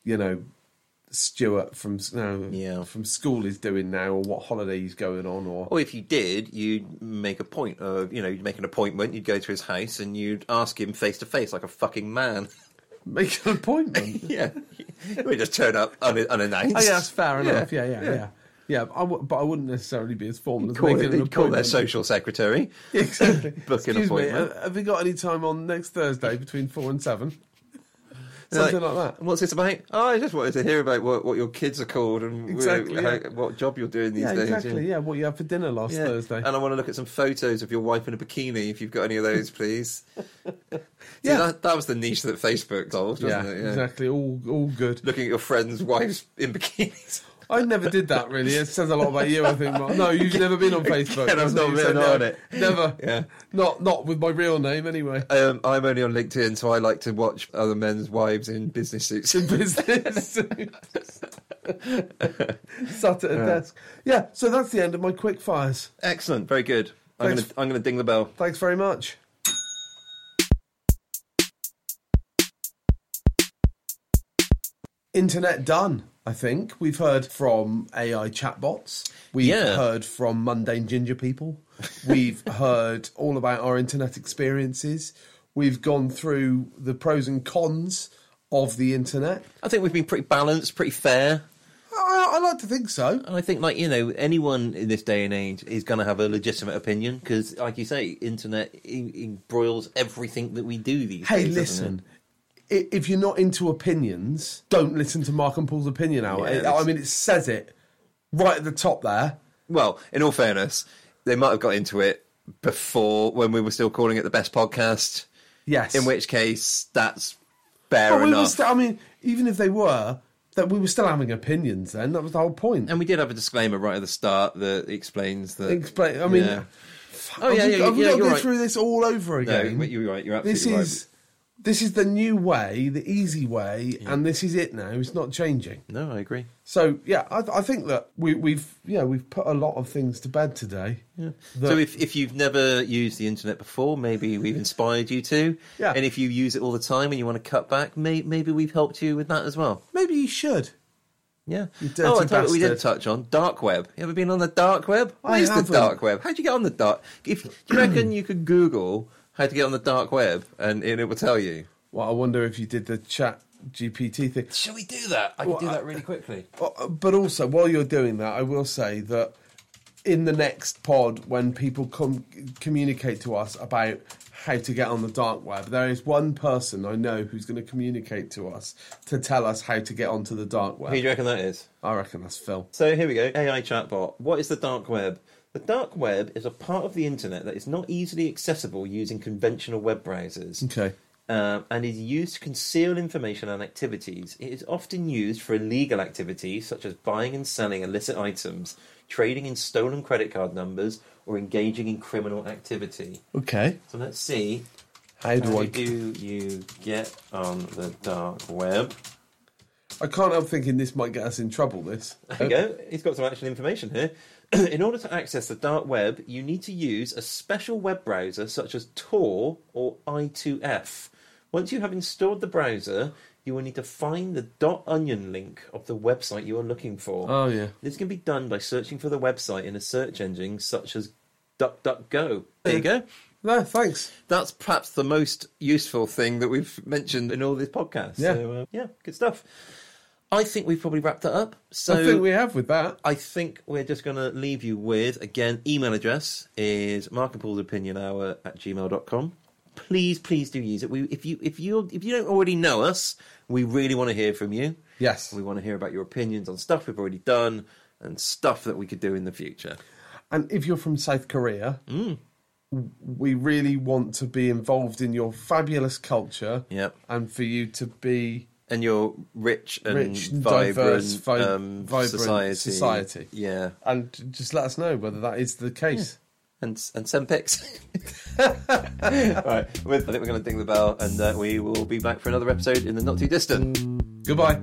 you know. Stuart from s- no, Yeah. Oh. from school is doing now, or what holiday he's going on, or Or if you did, you'd make a point of, you know, you'd make an appointment, you'd go to his house and you'd ask him face to face like a fucking man. make an appointment. yeah. we just turn up un- unannounced. Oh, yeah, that's fair enough. Yeah, yeah, yeah. yeah. I w- but I wouldn't necessarily be as formal as Call, making an they'd call their appointment. social secretary. exactly. book Excuse an me, appointment. uh, have you got any time on next Thursday between four and seven? They're Something like that. What's this about? Oh, I just wanted to hear about what, what your kids are called and you know, Exactly, how- yeah. what job you're doing these Yeah, days. exactly. Yeah, what you had for dinner last Yeah. Thursday. And I want to look at some photos of your wife in a bikini if you've got any of those, please. See, Yeah. that, that was the niche that Facebook sold, yeah, wasn't it? Yeah. exactly. All all good. Looking at your friends' wives in bikinis. I never did that really. It says a lot about you, I think. Mark. No, you've never been on Facebook. I've that's not what you been said, on no. it. Never. Yeah. Not not with my real name anyway. Um, I'm only on LinkedIn, so I like to watch other men's wives in business suits. business. Sat at a desk. Yeah, so that's the end of my quick fires. Excellent, very good. I'm going Thanks. to I'm going to ding the bell. Thanks very much. Internet done, I think. We've heard from AI chatbots. We've Yeah. heard from mundane ginger people. We've heard all about our internet experiences. We've gone through the pros and cons of the internet. I think we've been pretty balanced, pretty fair. I, I like to think so. And I think, like you know, anyone in this day and age is going to have a legitimate opinion because, like you say, internet em- embroils everything that we do these Hey, days. doesn't listen. i- If you're not into opinions, don't listen to Mark and Paul's opinion hour. Yeah, It- that's- I mean, it says it right at the top there. it? Well, in all fairness, they might have got into it before when we were still calling it the best podcast. Yes. In which case, that's fair But we were enough. st- I mean, even if they were, that we were still having opinions then. That was the whole point. and we did have a disclaimer right at the start that explains that. Explain. I mean, Yeah. fuck, Oh, yeah, have we, yeah, have we yeah, got to you're go right. through this all over no, again? you're right. You're this absolutely is this is the new way, the easy way, and this is it now. It's not changing. right. No, I agree. So yeah, I, I think that we, we've yeah we've put a lot of things to bed today. That- so if, if you've never used the internet before, maybe we've inspired you to. Yeah. And if you use it all the time and you want to cut back, may, maybe we've helped you with that as well. maybe you should. Yeah. You dirty oh, I tell you what we did bastard. touch on dark web. You ever been on the dark web? What I is haven't. the dark web? How'd you get on the dark? If do you reckon you could Google how to get on the dark web and, and it will tell you? Well, I wonder if you did the chat GPT thing. Shall we do that? I can Well, do I- that really quickly. Uh, But also, while you're doing that, I will say that in the next pod, when people come communicate to us about how to get on the dark web, there is one person I know who's going to communicate to us to tell us how to get onto the dark Who do web. you reckon that is? I reckon that's Phil. So here we go. AI chatbot. What is the dark web? The dark web is a part of the internet that is not easily accessible using conventional web browsers. Okay. Um, and is used to conceal information and activities. It is often used for illegal activities such as buying and selling illicit items, trading in stolen credit card numbers, or engaging in criminal activity. Okay. So let's see. How do How I? do you get on the dark web? I can't help thinking this might get us in trouble. This. There you go. He's got some actual information here. In order to access the dark web, you need to use a special web browser such as Tor or I2F. Once you have installed the browser, you will need to find the .onion link of the website you are looking for. Oh yeah. This can be done by searching for the website in a search engine such as DuckDuckGo. There you go. No, thanks. That's perhaps the most useful thing that we've mentioned in all this podcast. Yeah. So, uh, yeah, good stuff. I think we've probably wrapped that up. So I think we have with that. I think we're just going to leave you with, again, email address is Mark and Paul's opinion hour at gmail.com. Please, please do use it. We, if you if you if you don't already know us, we really want to hear from you. Yes. we want to hear about your opinions on stuff we've already done and stuff that we could do in the future. And if you're from South Korea, w- we really want to be involved in your fabulous culture. Yep. And for you to be And your rich and Rich and vibrant, diverse, vi- um, vibrant society. society. Yeah, and j- just let us know whether that is the case. and and send pics. All right, with, I think we're going to ding the bell, and uh, we will be back for another episode in the not too distant. Goodbye.